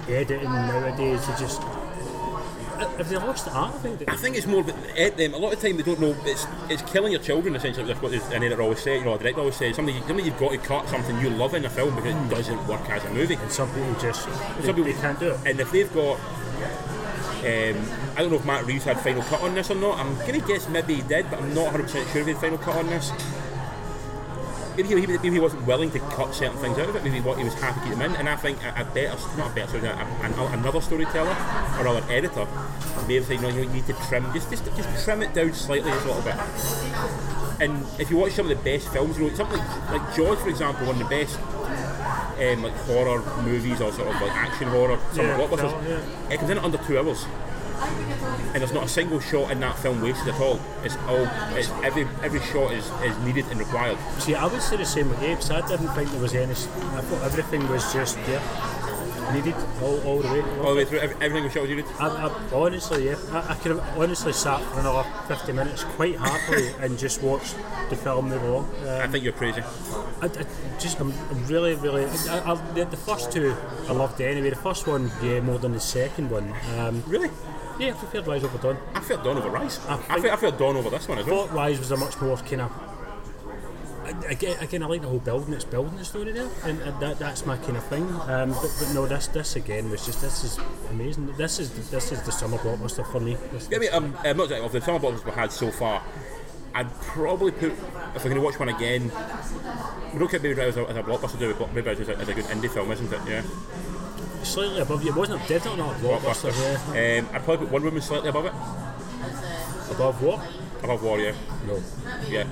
S3: the editing nowadays is just. Have they lost the art of editing?
S2: I think it's more. At them, a lot of time they don't know. It's it's killing your children essentially. That's what an editor always says. You know, a director always says something. Something you've got to cut something you love in a film because it doesn't work as a movie.
S3: And some people just they,
S2: Some people-
S3: they can't do it.
S2: And if they've got, um, I don't know if Matt Reeves had final cut on this or not. I'm gonna guess maybe he did, but I'm not 100 percent sure if he had final cut on this. Maybe he, maybe he wasn't willing to cut certain things out of it. Maybe what he was happy to keep them in. And I think a, a better, not a better, sorry, a, a, another storyteller or another editor may have said, "No, you need to trim. Just, just, just trim it down slightly, just a little bit." and if you watch some of the best films, you know, something like, like Jaws, for example, one of the best um, like horror movies or sort of like action horror, some
S3: Yeah,
S2: of the blockbusters,
S3: film, yeah.
S2: it comes in at under two hours. And there's not a single shot in that film wasted at all. It's all, it's every every shot is, is needed and required.
S3: See, I would say the same with Apes. I didn't think there was any. I thought everything was just yeah, needed all, all the way.
S2: All the way through, every, every single shot was needed.
S3: I, I, honestly, yeah, I, I could have honestly sat for another 50 minutes quite happily and just watched the film move along. Uh,
S2: I think you're crazy.
S3: I, I just, I'm I'm really, really. I, I, the, the first two I loved anyway. The first one, yeah, more than the second one. Um,
S2: Really?
S3: yeah, I preferred Rise Over Dawn.
S2: I feel Dawn over Rise. I,
S3: I
S2: feel I feel Dawn over this one as
S3: I
S2: well.
S3: thought Rise was a much more kind of. Again, again, I like the whole building. It's building the story there, and, and that, that's my kind of thing. Um, but, but no, this this again was just this is amazing. This is this is the summer blockbuster for me. This,
S2: Yeah, I mean, um, I'm not saying of the summer boxes we've had so far, I'd probably put if we're going to watch one again. We don't get Baby Driver as a, as a blockbuster, do we? But Baby Driver is a, is a good indie film, isn't it? Yeah,
S3: slightly above you. It wasn't definitely not a blockbuster. Yeah.
S2: Um, I'd probably put One Woman slightly above it,
S3: Above what?
S2: above Warrior.
S3: No.
S2: Yeah,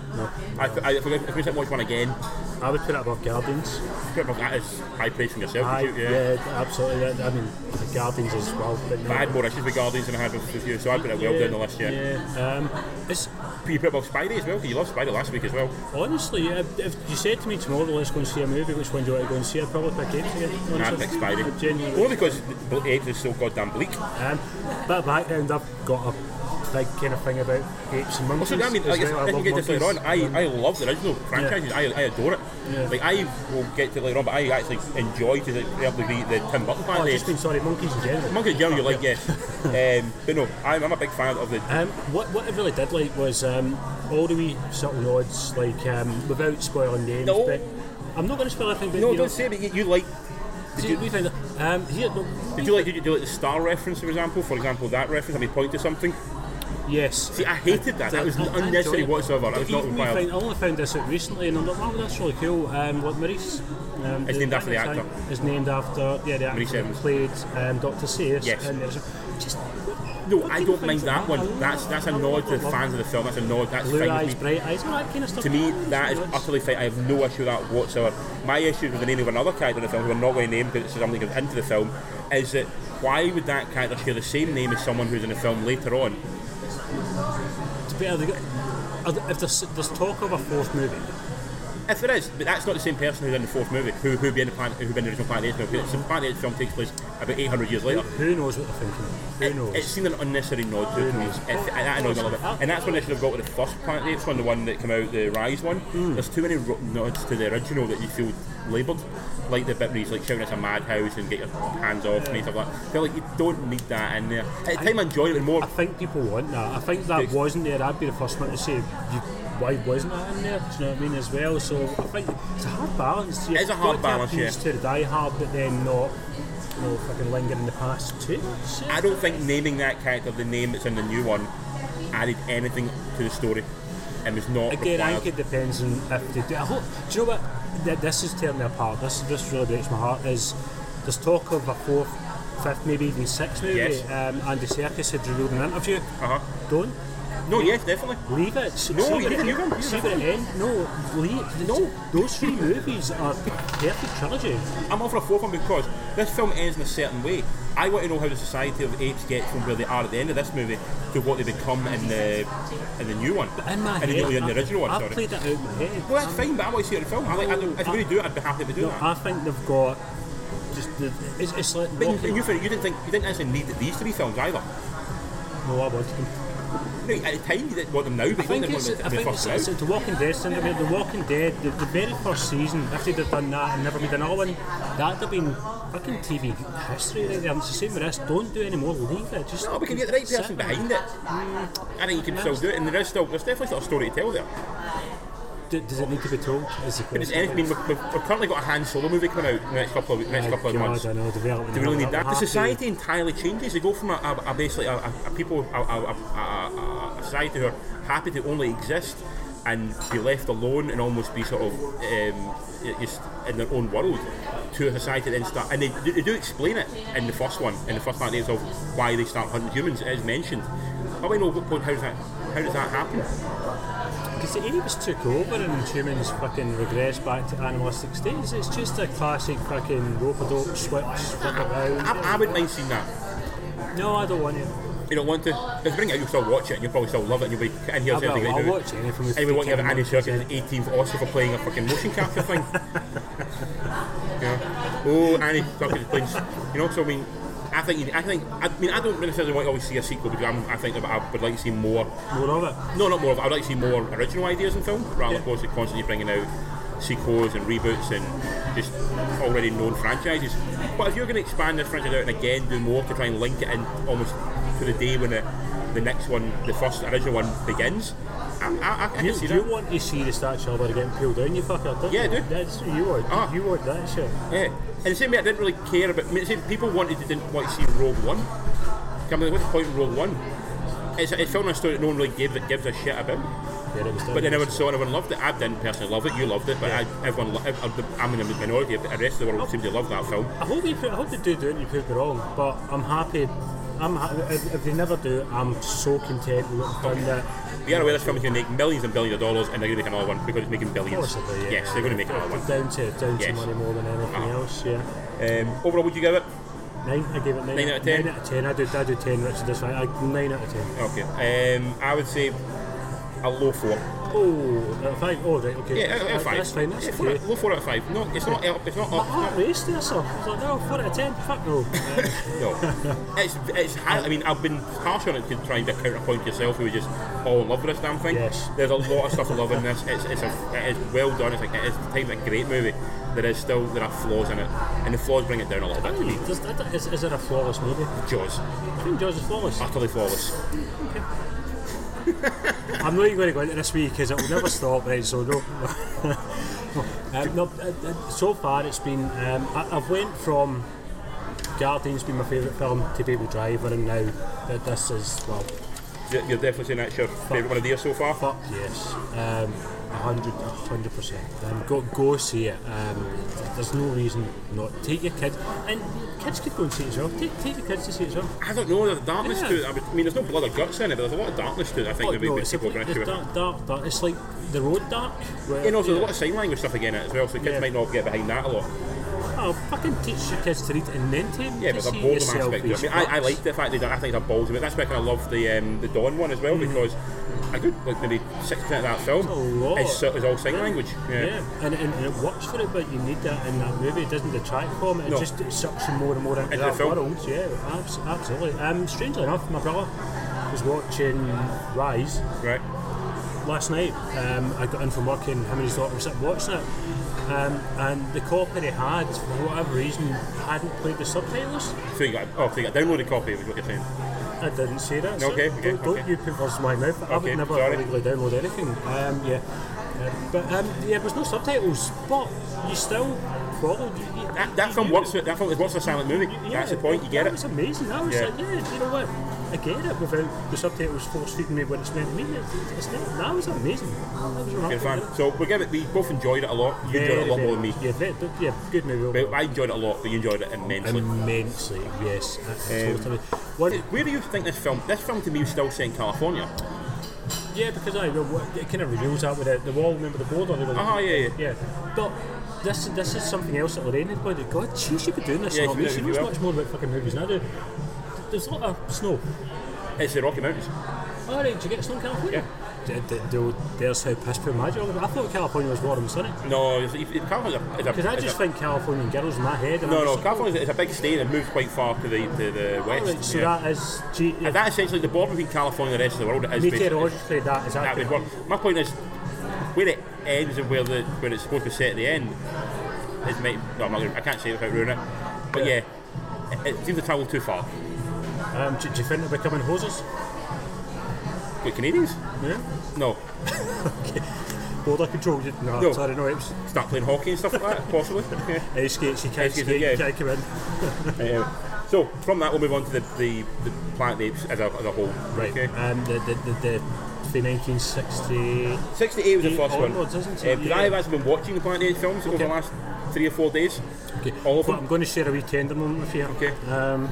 S2: I, I, if we're going to watch one again,
S3: I would put it above Guardians.
S2: put above that is high praise from yourself.
S3: I,
S2: would you?
S3: yeah. absolutely. That- I mean, the Guardians as well. But no.
S2: But I had more issues with Guardians than I had with with you, so I'd put it well down the list. Yeah,
S3: yeah. Um, it's
S2: you put above Spidey as well because you loved Spidey last week as well.
S3: honestly, if, if you said to me tomorrow, let's go and see a movie, which one do you want to go and see? I'd probably pick Apes again.
S2: And I'd
S3: honestly.
S2: pick Spidey
S3: I genuinely.
S2: only because the apes is so goddamn bleak.
S3: Um, but background, I've got a big kind of thing about apes and monkeys.
S2: Also, I mean,
S3: as
S2: like, if
S3: well. I
S2: if you
S3: love
S2: get this later on,
S3: monkeys.
S2: I, I love the original franchises. I, I adore it.
S3: Yeah.
S2: Like I will get to it later on, but I actually enjoy to the, the, the, the Tim Burton
S3: Oh, I've
S2: fan.
S3: just been sorry, monkeys in general.
S2: Monkey General, you like yes, um, but no, I'm, I'm a big fan of the.
S3: Um, what what I really did like was um, all the wee subtle nods, like um, without spoiling names.
S2: No.
S3: But I'm not going to spoil anything. But
S2: No,
S3: you know,
S2: don't say it. You, you like.
S3: see, we found that- um, here. no,
S2: Did you like? Did you do like the star reference, for example? For example, that reference. I mean, point to something.
S3: Yes.
S2: See, I hated that. That was unnecessary whatsoever. That was not
S3: Even we
S2: required.
S3: found, I only found this out recently, and I'm like, wow, that's really cool. Um, what Maurice? Um,
S2: It's named after the actor.
S3: Is named after yeah, the actor
S2: Maurice
S3: who
S2: Evans.
S3: played um, Doctor Seuss.
S2: Yes.
S3: And there's a- just
S2: No, I
S3: Even
S2: don't mind that
S3: things like that, I
S2: one.
S3: love
S2: That's that's a
S3: that.
S2: nod to the
S3: Love
S2: fans of the film. That's a nod. That's
S3: blue
S2: fine with
S3: eyes,
S2: me.
S3: bright eyes, all that kind of stuff.
S2: To me, that is utterly fine. I have no issue with that whatsoever. My issue with the name of another character in the film, who I'm not going to name because it's something that's into the film, is that why would that character share the same name as someone who's in the film later on?
S3: It's better. They got, are there- if there's, there's talk of a fourth movie,
S2: If there is, but that's not the same person who's in the fourth movie, who who'd be in the planet, who'd be in the original Planet Eight movie. Because the Planet Eight film takes place about 800 years later.
S3: who knows what they're thinking? Who knows?
S2: It seemed an unnecessary nod to it to me. It- it- that annoyed me a little bit. And that's when I should have got with the first Planet Apes one, the one that came out, the Rise one.
S3: Hmm.
S2: There's too many ro- nods to the original that you feel labelled. Like the bit where he's like shouting it's a madhouse and get your hands off me and stuff like that. I feel like you don't need that in there. At the time I enjoyed it more.
S3: I think people want that. I think that
S2: Ex-
S3: wasn't there. I'd be the first one to say, you, why wasn't that in there? Do you know what I mean? As well. So I think it's a hard balance.
S2: It is a hard balance, yeah.
S3: To the die hard, but then not, you know, fucking linger in the past too much.
S2: I don't think naming that character the name that's in the new one added anything to the story and was not
S3: Again, I
S2: required.
S3: think it depends on if they do. I hope. Do you know what? Th- This is tearing me apart. This this really breaks my heart. Is there's talk of a fourth, fifth, maybe even sixth movie.
S2: Yes.
S3: Um, Andy Serkis had revealed in an interview.
S2: Uh-huh.
S3: Don't
S2: No, yes, definitely.
S3: Leave it. See,
S2: No,
S3: see
S2: you
S3: where
S2: can-
S3: it
S2: you can- you
S3: See
S2: can
S3: where it ends. No, leave. No, those three movies are perfect trilogy.
S2: I'm all for a fourth one because this film ends in a certain way. I want to know how the society of apes get from where they are at the end of this movie to what they become in the in the new one.
S3: In my
S2: in the,
S3: head,
S2: in the
S3: I've-
S2: original one,
S3: I've
S2: sorry.
S3: played it out in my head.
S2: Well, that's fine, but I want to see it in film. I, like, I, if
S3: I-
S2: you really do it, I'd be happy to do
S3: No,
S2: that.
S3: I think they've got just the. It's, it's like.
S2: but you,
S3: walking-
S2: you, you didn't think you didn't actually need these to be films either.
S3: no, I would.
S2: No, at the time you didn't want them now, but
S3: I
S2: you don't
S3: think
S2: want
S3: it's,
S2: them
S3: I
S2: to be
S3: think it's,
S2: first
S3: it's,
S2: now.
S3: the Walking Dead syndrome. The Walking Dead, the, the very first season, if they'd have done that and never made another one, that'd have been fucking TV history right there. And it's the same with this. Don't do any more. Leave it. Just
S2: No, Oh, we can get the right
S3: sit
S2: person
S3: with
S2: behind it. I think you can still do it, and there is still there's definitely still a story to tell there.
S3: D- does it need to be told? Is the
S2: But it's anything. I mean, we've, we've we've currently got a Han Solo movie coming out in the next couple of next couple of months.
S3: I know, development.
S2: Do we really
S3: of
S2: need that? The
S3: happy-
S2: society entirely changes. They go from a, a, a basically a, a, a people, a, a, a, a, a society who are happy to only exist and be left alone and almost be sort of um, i- just in their own world to a society that then start and they, do- they do explain it in the first one in the first part of why they start hunting humans it is mentioned but we know what point how does that how does that happen
S3: Because the 80s took over and humans fucking regressed back to animalistic states. It's just a classic fucking rope-a-dope switch, fuck around.
S2: I, I wouldn't mind seeing that ah.
S3: No, I don't want it.
S2: you don't want to if you bring it out you'll still watch it and you'll probably still love it and you'll be sitting here
S3: I
S2: saying,
S3: will,
S2: "Right,
S3: I'll
S2: do it."
S3: watch anything with
S2: Anyway, what you have
S3: fucking
S2: Andy Serkis
S3: monkeys
S2: an 18th Oscar for playing a fucking motion capture thing. yeah. Oh, Andy Serkis is playing. You know, so I mean, I think you- I think I mean I don't necessarily want to always see a sequel because I'm, I think that I would like to see more.
S3: in. More of it.
S2: No, not more. of it. I'd like to see more original ideas in film rather than
S3: Yeah.
S2: constantly constantly bringing out sequels and reboots and just already known franchises. But if you're going to expand this franchise out and again do more to try and link it in almost to the day when the, the next one, the first original one begins, I, I, I can
S3: You,
S2: see
S3: you
S2: that.
S3: want to see the Statue of Liberty getting peeled down, you fucker, don't
S2: Yeah, I
S3: you?
S2: do.
S3: That's what you want.
S2: Ah.
S3: You want that shit.
S2: Yeah, and the same way I didn't really care about. I mean, the same, people wanted didn't want to see Rogue One. I mean, what's the point in Rogue One? It's a, it's film and a story that no one really gives gives a shit about.
S3: Yeah, it was
S2: But then everyone saw it, everyone loved it. I didn't personally love it. You loved it, but I, everyone, lo- ev- I'm in the minority. But the rest of the
S3: Oh.
S2: world seemed to love that film.
S3: I hope, you, I hope they do do it and you prove me wrong, but I'm happy. I'm ha- if, if they never do, it, I'm so content with uh, what they've done that.
S2: We are aware this film is going to make millions and billions of dollars, and they're going to make another one because it's making
S3: Of
S2: billions.
S3: course they do, yeah.
S2: Yes, they're going to make another one.
S3: Down to, down to
S2: Yes.
S3: money more than anything
S2: Uh-huh.
S3: else, yeah.
S2: Um, overall, would you give it?
S3: Nine, I gave it nine.
S2: Nine out of ten?
S3: Nine out of ten. I do, I do ten, Richard, that's right. I, nine out of ten.
S2: Okay, um, I would say a low four.
S3: Oh, uh, five. Oh, right, okay.
S2: Yeah, out
S3: That-
S2: of five.
S3: That's fine, that's
S2: yeah, four,
S3: okay.
S2: out- low four out of five. No, it's not. up- It's not
S3: My
S2: up.
S3: heart raced there, sir. I was like, no, four out of ten, fuck no. Uh,
S2: No, it's it's. High, I mean, I've been harsh on it to try and get counterpoint to yourself, who was just all in love with this damn thing.
S3: Yes.
S2: There's a lot of stuff I love in this. It's it's a, it is well done. It's like it is the type of great movie. There is still there are flaws in it, and the flaws bring it down a little bit.
S3: Really? Does that, is, is it a flawless movie?
S2: Jaws,
S3: I think Jaws is flawless.
S2: utterly flawless.
S3: I'm not even going to go into this week because it will never stop, right? So no. um, no uh, uh, so far, it's been. Um, I, I've went from Guardians being my favourite film to Baby Driver, and now that this is well,
S2: You're you're definitely saying that's your favourite one of the year so far.
S3: fuck yes, um, a hundred, a hundred percent. Um, go go see it. Um, there's no reason not. Take your kids, and kids could go and see it as well. Take, take your kids to see it as well.
S2: I don't know. There's darkness
S3: Yeah.
S2: to it. I would- I mean, there's no blood or guts in it, but there's a lot of darkness to it. I think
S3: Oh,
S2: that we
S3: no,
S2: we-
S3: it's, a,
S2: people are going
S3: it's
S2: to.
S3: dark, dark, dark. It's like the road dark. where-
S2: And also, there's a lot of sign language stuff again in it as well, so kids
S3: Yeah.
S2: might not get behind that a lot.
S3: Oh, fucking teach your kids to read and then tell them
S2: Yeah,
S3: to
S2: but the
S3: see
S2: boredom
S3: yourself
S2: aspect. of
S3: as
S2: it. I mean, I, I
S3: fucks.
S2: like the fact they done. I think they're bold. But that's why I kind of love the um, the Dawn one as well because a good like maybe six percent of that film
S3: Mm. a lot.
S2: is, so- is all sign language.
S3: Yeah,
S2: Yeah.
S3: And, and, and it works for it, but you need that in that movie. It doesn't detract from it. It
S2: No.
S3: just it sucks you more and more into,
S2: Into the
S3: that
S2: film.
S3: world. Yeah, abs- absolutely. Um, strangely enough, my brother was watching Rise
S2: Right.
S3: last night. Um, I got in from work and him and his daughter were sitting watching it. Um, and the copy they had, for whatever reason, hadn't played the subtitles.
S2: So you got oh, so you got a downloaded copy of what you're saying.
S3: I didn't say that. sir.
S2: Okay, okay,
S3: don't, don't
S2: okay.
S3: you put words in my mouth. I
S2: Okay,
S3: would never
S2: sorry.
S3: illegally download anything. Um, yeah, Uh, but um, yeah, there was no subtitles, but you still followed. You, you,
S2: That, that
S3: you-
S2: film
S3: you-
S2: works. That film is works a silent movie.
S3: you-
S2: That's the point. You get
S3: that
S2: it.
S3: was amazing. I was
S2: Yeah.
S3: like, yeah, you know what? I get it without the subtitles force feeding me what it's meant to mean. It, it's not, that was amazing. That was
S2: You're a fan.
S3: remarkable.
S2: So we give it. We both enjoyed it a lot. You enjoyed it a lot more than me.
S3: Yeah, very, yeah, good movie.
S2: But I enjoyed it a lot, but you enjoyed it immensely.
S3: Immensely,
S2: Um,
S3: yes, totally. One,
S2: Where do you think this film? This film to me was still set in California.
S3: Yeah, because I it kind of reveals that with the, the wall. Remember the border?
S2: Oh, yeah, yeah.
S3: Yeah, but this this is something else that Lorraine had pointed. God, she should be doing this.
S2: Yeah,
S3: Yeah,
S2: she
S3: she,
S2: would,
S3: she
S2: if
S3: knows
S2: you will.
S3: much more about fucking movies than I do. There's a lot of snow.
S2: It's the Rocky Mountains.
S3: All right, did you get snow in California? Yeah. D- d- d- there's how piss poor magic. I thought California was warm and sunny.
S2: No, it's, it, California is a.
S3: Because I just
S2: a,
S3: think Californian girls in my head. And
S2: no,
S3: I'm
S2: no,
S3: just,
S2: California is a big state and it moves quite far to the to the
S3: All
S2: west.
S3: right, so
S2: yeah.
S3: that is gee,
S2: And that essentially the border between California and the rest of the world is basically
S3: meteorologically that is
S2: that would
S3: accurate.
S2: work. My point is where it ends and where the where it's supposed to set at the end is might no I'm not gonna, I can't say it without ruining it. But yeah, it, it seems to travel too far.
S3: Um, do, do you think they're becoming hoses?
S2: With Canadians?
S3: Yeah.
S2: No.
S3: Border control. you- No,
S2: No.
S3: sorry, no. It was
S2: Start playing hockey and stuff like that, possibly. Yeah.
S3: ice skates. You can't
S2: Ice skates,
S3: skate.
S2: yeah.
S3: You can't come in.
S2: Um, so from that we'll move on to the, the, the Planet Apes as a, as a whole.
S3: Right.
S2: Okay.
S3: Um, the, the, the, the, the 1960.
S2: 68 was the
S3: Eight
S2: first one.
S3: onwards, isn't it?
S2: Um, 'cause I
S3: Yeah.
S2: have actually been watching the Planet Apes films over the last three or four days. All of
S3: Well,
S2: them.
S3: I'm going to share a wee tender moment with you.
S2: Okay.
S3: Um,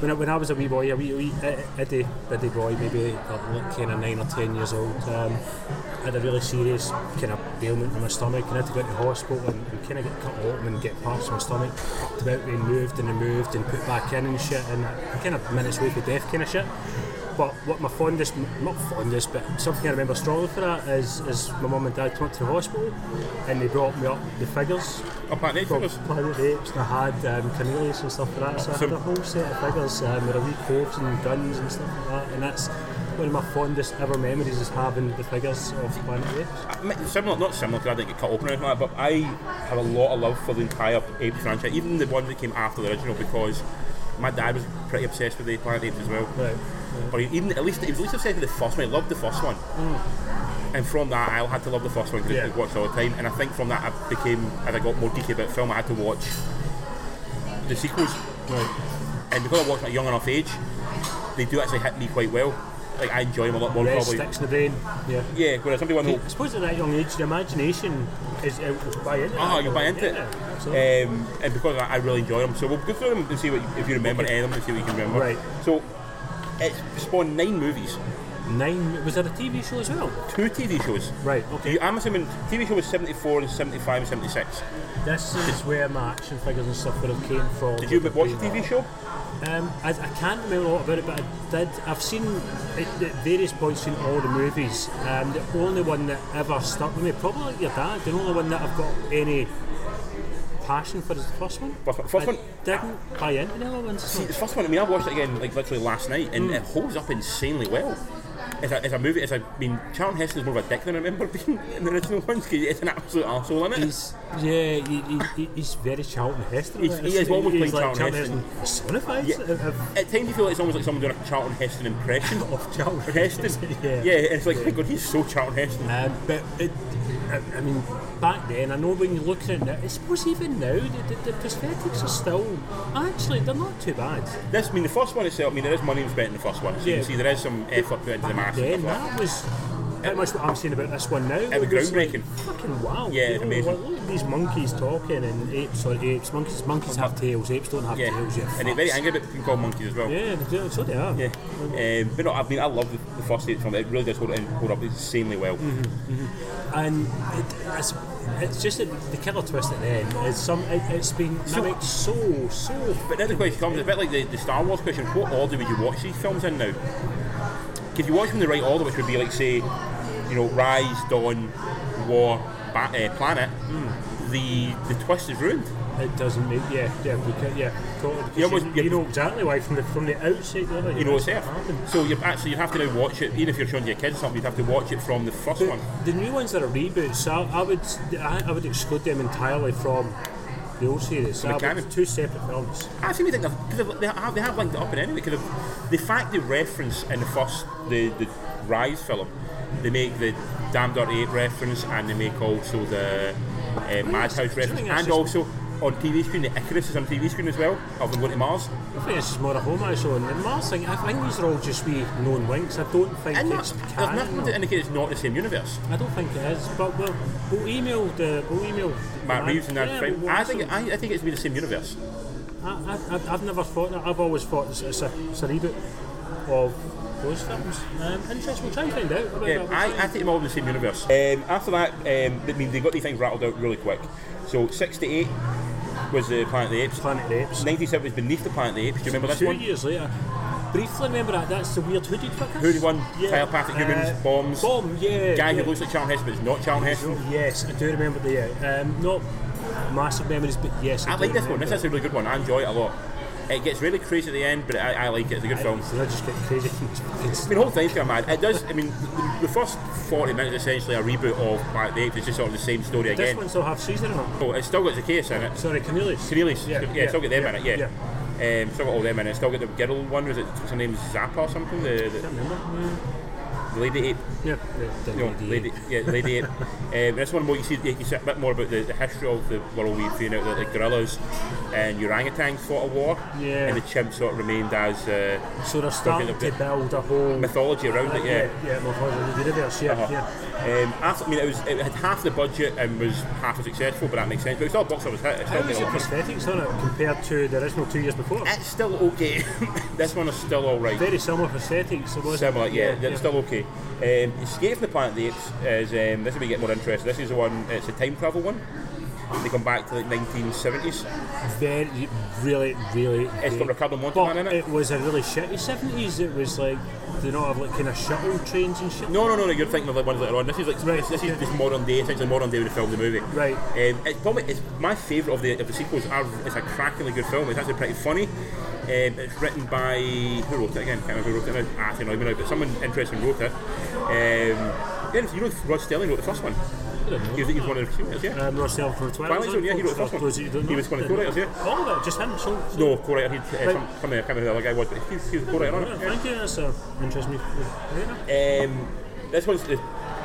S3: when I, when I was a wee boy, a wee, wee i- i- iddy, iddy boy, maybe like kind of nine or ten years old, um, I had a really serious kind of ailment in my stomach, and I had to go to the hospital and, and kind of get cut open and get parts of my stomach ripped out and moved and removed and put back in and shit, and kind of minutes away from death, kind of shit. But what my fondest, not fondest, but something I remember strongly for that is, is my mum and dad took me to the hospital and they brought me up the figures
S2: Oh, Planet Apes
S3: from
S2: films.
S3: Planet Apes, and I had um, Cornelius and stuff like that. So I had
S2: So-
S3: a whole set of figures um, with a wee coves and guns and stuff like that. And that's one of my fondest ever memories is having the figures of Planet Apes.
S2: I mean, similar, not similar because I didn't get cut open or anything like that, but I have a lot of love for the entire Ape franchise, even the ones that came after the original, because my dad was pretty obsessed with the Planet Apes as well.
S3: Right.
S2: Or even at least he was at least obsessed with the first one. He loved the first one, and from that I had to love the first one because
S3: Mm. Yeah.
S2: I watched all the time. And I think from that I became, as I got more geeky about film, I had to watch the sequels. And because I watched them at a young enough age, they do actually hit me quite well. Like I enjoy them a lot more
S3: Red
S2: probably.
S3: sticks in the brain. Yeah.
S2: Yeah, whereas somebody who
S3: I suppose at that young age, the imagination is uh, will buy into
S2: Oh,
S3: that.
S2: you buy into it.
S3: Yeah, absolutely.
S2: Um, and because of that, I really enjoy them. So we'll go through them and see what you- if you remember any of them and see what you can remember.
S3: Right.
S2: So it's spawned nine movies,
S3: Nine. Was that a TV show as well?
S2: two TV shows.
S3: Right.
S2: Do
S3: Okay.
S2: you- I'm assuming TV show was 74 and 75 and 76.
S3: This is where my action figures and stuff would have came from.
S2: Did you watch the TV show?
S3: Um, I, I can't remember a lot about it, but I did. I've seen it at various points in all the movies. Um, the only one that ever stuck with me, probably like your dad, the only one that I've got any passion for is the first one.
S2: First one- first
S3: I
S2: one-
S3: didn't buy into the other ones.
S2: See, the first one, I mean, I watched it again like literally last night and it holds up insanely well. It's a, it's a movie, it's a, I mean, Charlton Heston's more of a dick than I remember being in the original ones 'cause it's an absolute arsehole, isn't it?
S3: He's, yeah, he, he- he, he's very Charlton Heston.
S2: He's- he is almost playing Charlton
S3: Personified
S2: Yeah.
S3: of, of,
S2: At times you feel like it's almost like someone doing a Charlton Heston impression.
S3: of Charlton
S2: Heston.
S3: yeah.
S2: yeah, it's like, my god, he's so Charlton Heston.
S3: Um, but it, I, I mean, back then, I know when you look at it now, I suppose even now, the, the, the prosthetics are still actually they're not too bad.
S2: This, I mean, the first one itself, I mean, there is money spent in the first one. So you
S3: Yeah.
S2: can see there is some effort put into the
S3: Back
S2: mask.
S3: then,
S2: and stuff like
S3: that was pretty much what I'm saying about this one now.
S2: was
S3: It was like,
S2: groundbreaking.
S3: fucking wow!
S2: Yeah,
S3: you
S2: it's
S3: know,
S2: amazing.
S3: Look at these monkeys talking and apes or apes. Monkeys, monkeys have tails. Apes don't have
S2: that.
S3: tails.
S2: Yeah.
S3: Yeah,
S2: And they're very angry about being called monkeys as well.
S3: Yeah, they do, so they are.
S2: Yeah. Um, but no, I mean, I love the, the first eight film. It really does hold, it in, hold up insanely well.
S3: and it, it's, it's just that the killer twist at the end. It's some. It, it's been
S2: So-
S3: mimicked so so.
S2: But then the question comes, a bit like the, the Star Wars question, what order would you watch these films in now? If you watch them in the right order, which would be like, say, you know, Rise, Dawn, War, ba- uh, Planet, the, the twist is ruined.
S3: It doesn't make yeah yeah we can, yeah totally.
S2: You almost-
S3: you, you know exactly why from the from the outside the other
S2: You know what's there.
S3: happened.
S2: So you actually you have to now watch it, even if you're showing your kids something, you'd have to watch it from the first one.
S3: The new ones are a reboot, so I, I would I, I would exclude them entirely from the old series.
S2: the
S3: I would-
S2: canon.
S3: two separate films.
S2: I seem to think they've, 'cause they've, they have they have linked it up in anyway because the fact they reference in the first the, the Rise film, they make the Damn Dirty Ape reference and they make also the uh, Madhouse
S3: do you
S2: reference
S3: think that's
S2: and
S3: just-
S2: also on TV screen the Icarus is on TV screen as well of them going to Mars.
S3: I think this is more a homage on the Mars thing. I think these are all just wee known links. I don't think
S2: And
S3: it's
S2: that's, there's nothing
S3: canon.
S2: to indicate it's not the same universe.
S3: I don't think it is, but we'll we'll email the we'll email the
S2: Matt
S3: man.
S2: Reeves and
S3: Yeah,
S2: that. film.
S3: we'll-
S2: I think I, I think it's been the same universe.
S3: I, I, I've never thought that. I've always thought it's, it's, a, it's a reboot. of those films. Um, interesting. We'll try and find out. About
S2: Yeah,
S3: that.
S2: I, I think them all in the same universe. Um, after that, um, I mean, they got these things rattled out really quick. So 68 was the Planet of the Apes.
S3: Planet of the Apes.
S2: 97 was Beneath the Planet of the Apes. Do you remember this
S3: Two
S2: one?
S3: years later. Briefly remember that. That's the weird hooded fuckers.
S2: Hooded one,
S3: Uh,
S2: telepathic humans, bombs.
S3: Bomb, yeah.
S2: Guy
S3: yeah.
S2: who looks like Charlton Heston, but is not Charlton Heston.
S3: Yes, I do remember the. Uh, um, not massive memories, but yes. I,
S2: I
S3: do
S2: like this one. This
S3: remember.
S2: is a really good one. I enjoy it a lot. It gets really crazy at the end, but I, I like it. It's a good film.
S3: So I just get crazy. It's-
S2: I mean, the whole thing's kind of mad. It does. I mean, the, the first 40 minutes is essentially a reboot of Planet of the Apes. It's just sort of the same story
S3: This
S2: again.
S3: one still have Caesar in it.
S2: So it's still got Zacchaeus in it.
S3: Sorry, Cornelius.
S2: Cornelius. Yeah,
S3: Yeah,
S2: yeah,
S3: yeah,
S2: still got them
S3: yeah,
S2: in it, yeah. Um, still got all them in it. Still got the girl one, was it her name's Zappa or something? The,
S3: Can't remember.
S2: the, the lady ape.
S3: Yeah. yeah.
S2: No, lady, yeah, lady ape. Um, this one, more you see, you see a bit more about the, the history of the world we found out that the gorillas and orangutans fought a war,
S3: Yeah.
S2: and the chimps sort of remained as uh,
S3: So they're starting
S2: Okay,
S3: to build a whole
S2: mythology around it. Yeah.
S3: yeah, more positive universe. Yeah, yeah.
S2: Um, after, I mean, it was it had half the budget and was half as successful, but that makes sense. But it's still a box office hit. It's
S3: How
S2: still
S3: is
S2: made a
S3: it
S2: lot of money.
S3: prosthetics on it compared to the original two years before?
S2: It's still okay. this one is still all right.
S3: Very similar prosthetics. It was
S2: Similar, yeah, they're still okay. Um, Escape from the Planet of the Apes is um, this will be get more interesting. This is the one. It's a time travel one. They come back to like 1970s.
S3: Very, really, really.
S2: It's got
S3: great.
S2: Ricardo Montalban in
S3: But
S2: it.
S3: it was a really shitty seventies. It was like they don't have like kind of shuttle trains and shit.
S2: No, no, no, no. You're thinking of the ones later on. This is like
S3: Right,
S2: this, this
S3: yeah.
S2: is just modern day. It's actually modern day when they filmed the movie.
S3: Right.
S2: Um, it's probably it's my favourite of the of the sequels. Are, it's a crackingly good film. It's actually pretty funny. Um, it's written by who wrote it again? Can't remember who wrote it. now. Ah, I don't know even now, but someone interesting wrote it. Um, yeah, you know Rod Sterling wrote the first one. He was, he was one of the creators, yeah.
S3: Um, Ross Taylor from Twilight,
S2: Twilight Zone, yeah, he wrote the first one.
S3: Those that you don't
S2: He
S3: know.
S2: was one of the co-writers, yeah.
S3: All of it, just him. So, so
S2: No, co-writer. He'd, uh,
S3: Right.
S2: some, some, I can't remember who the other guy was, but he, was- he was co-writer on it.
S3: yeah,
S2: yeah.
S3: Thank you. That's uh, interesting. Yeah.
S2: Um, this one's the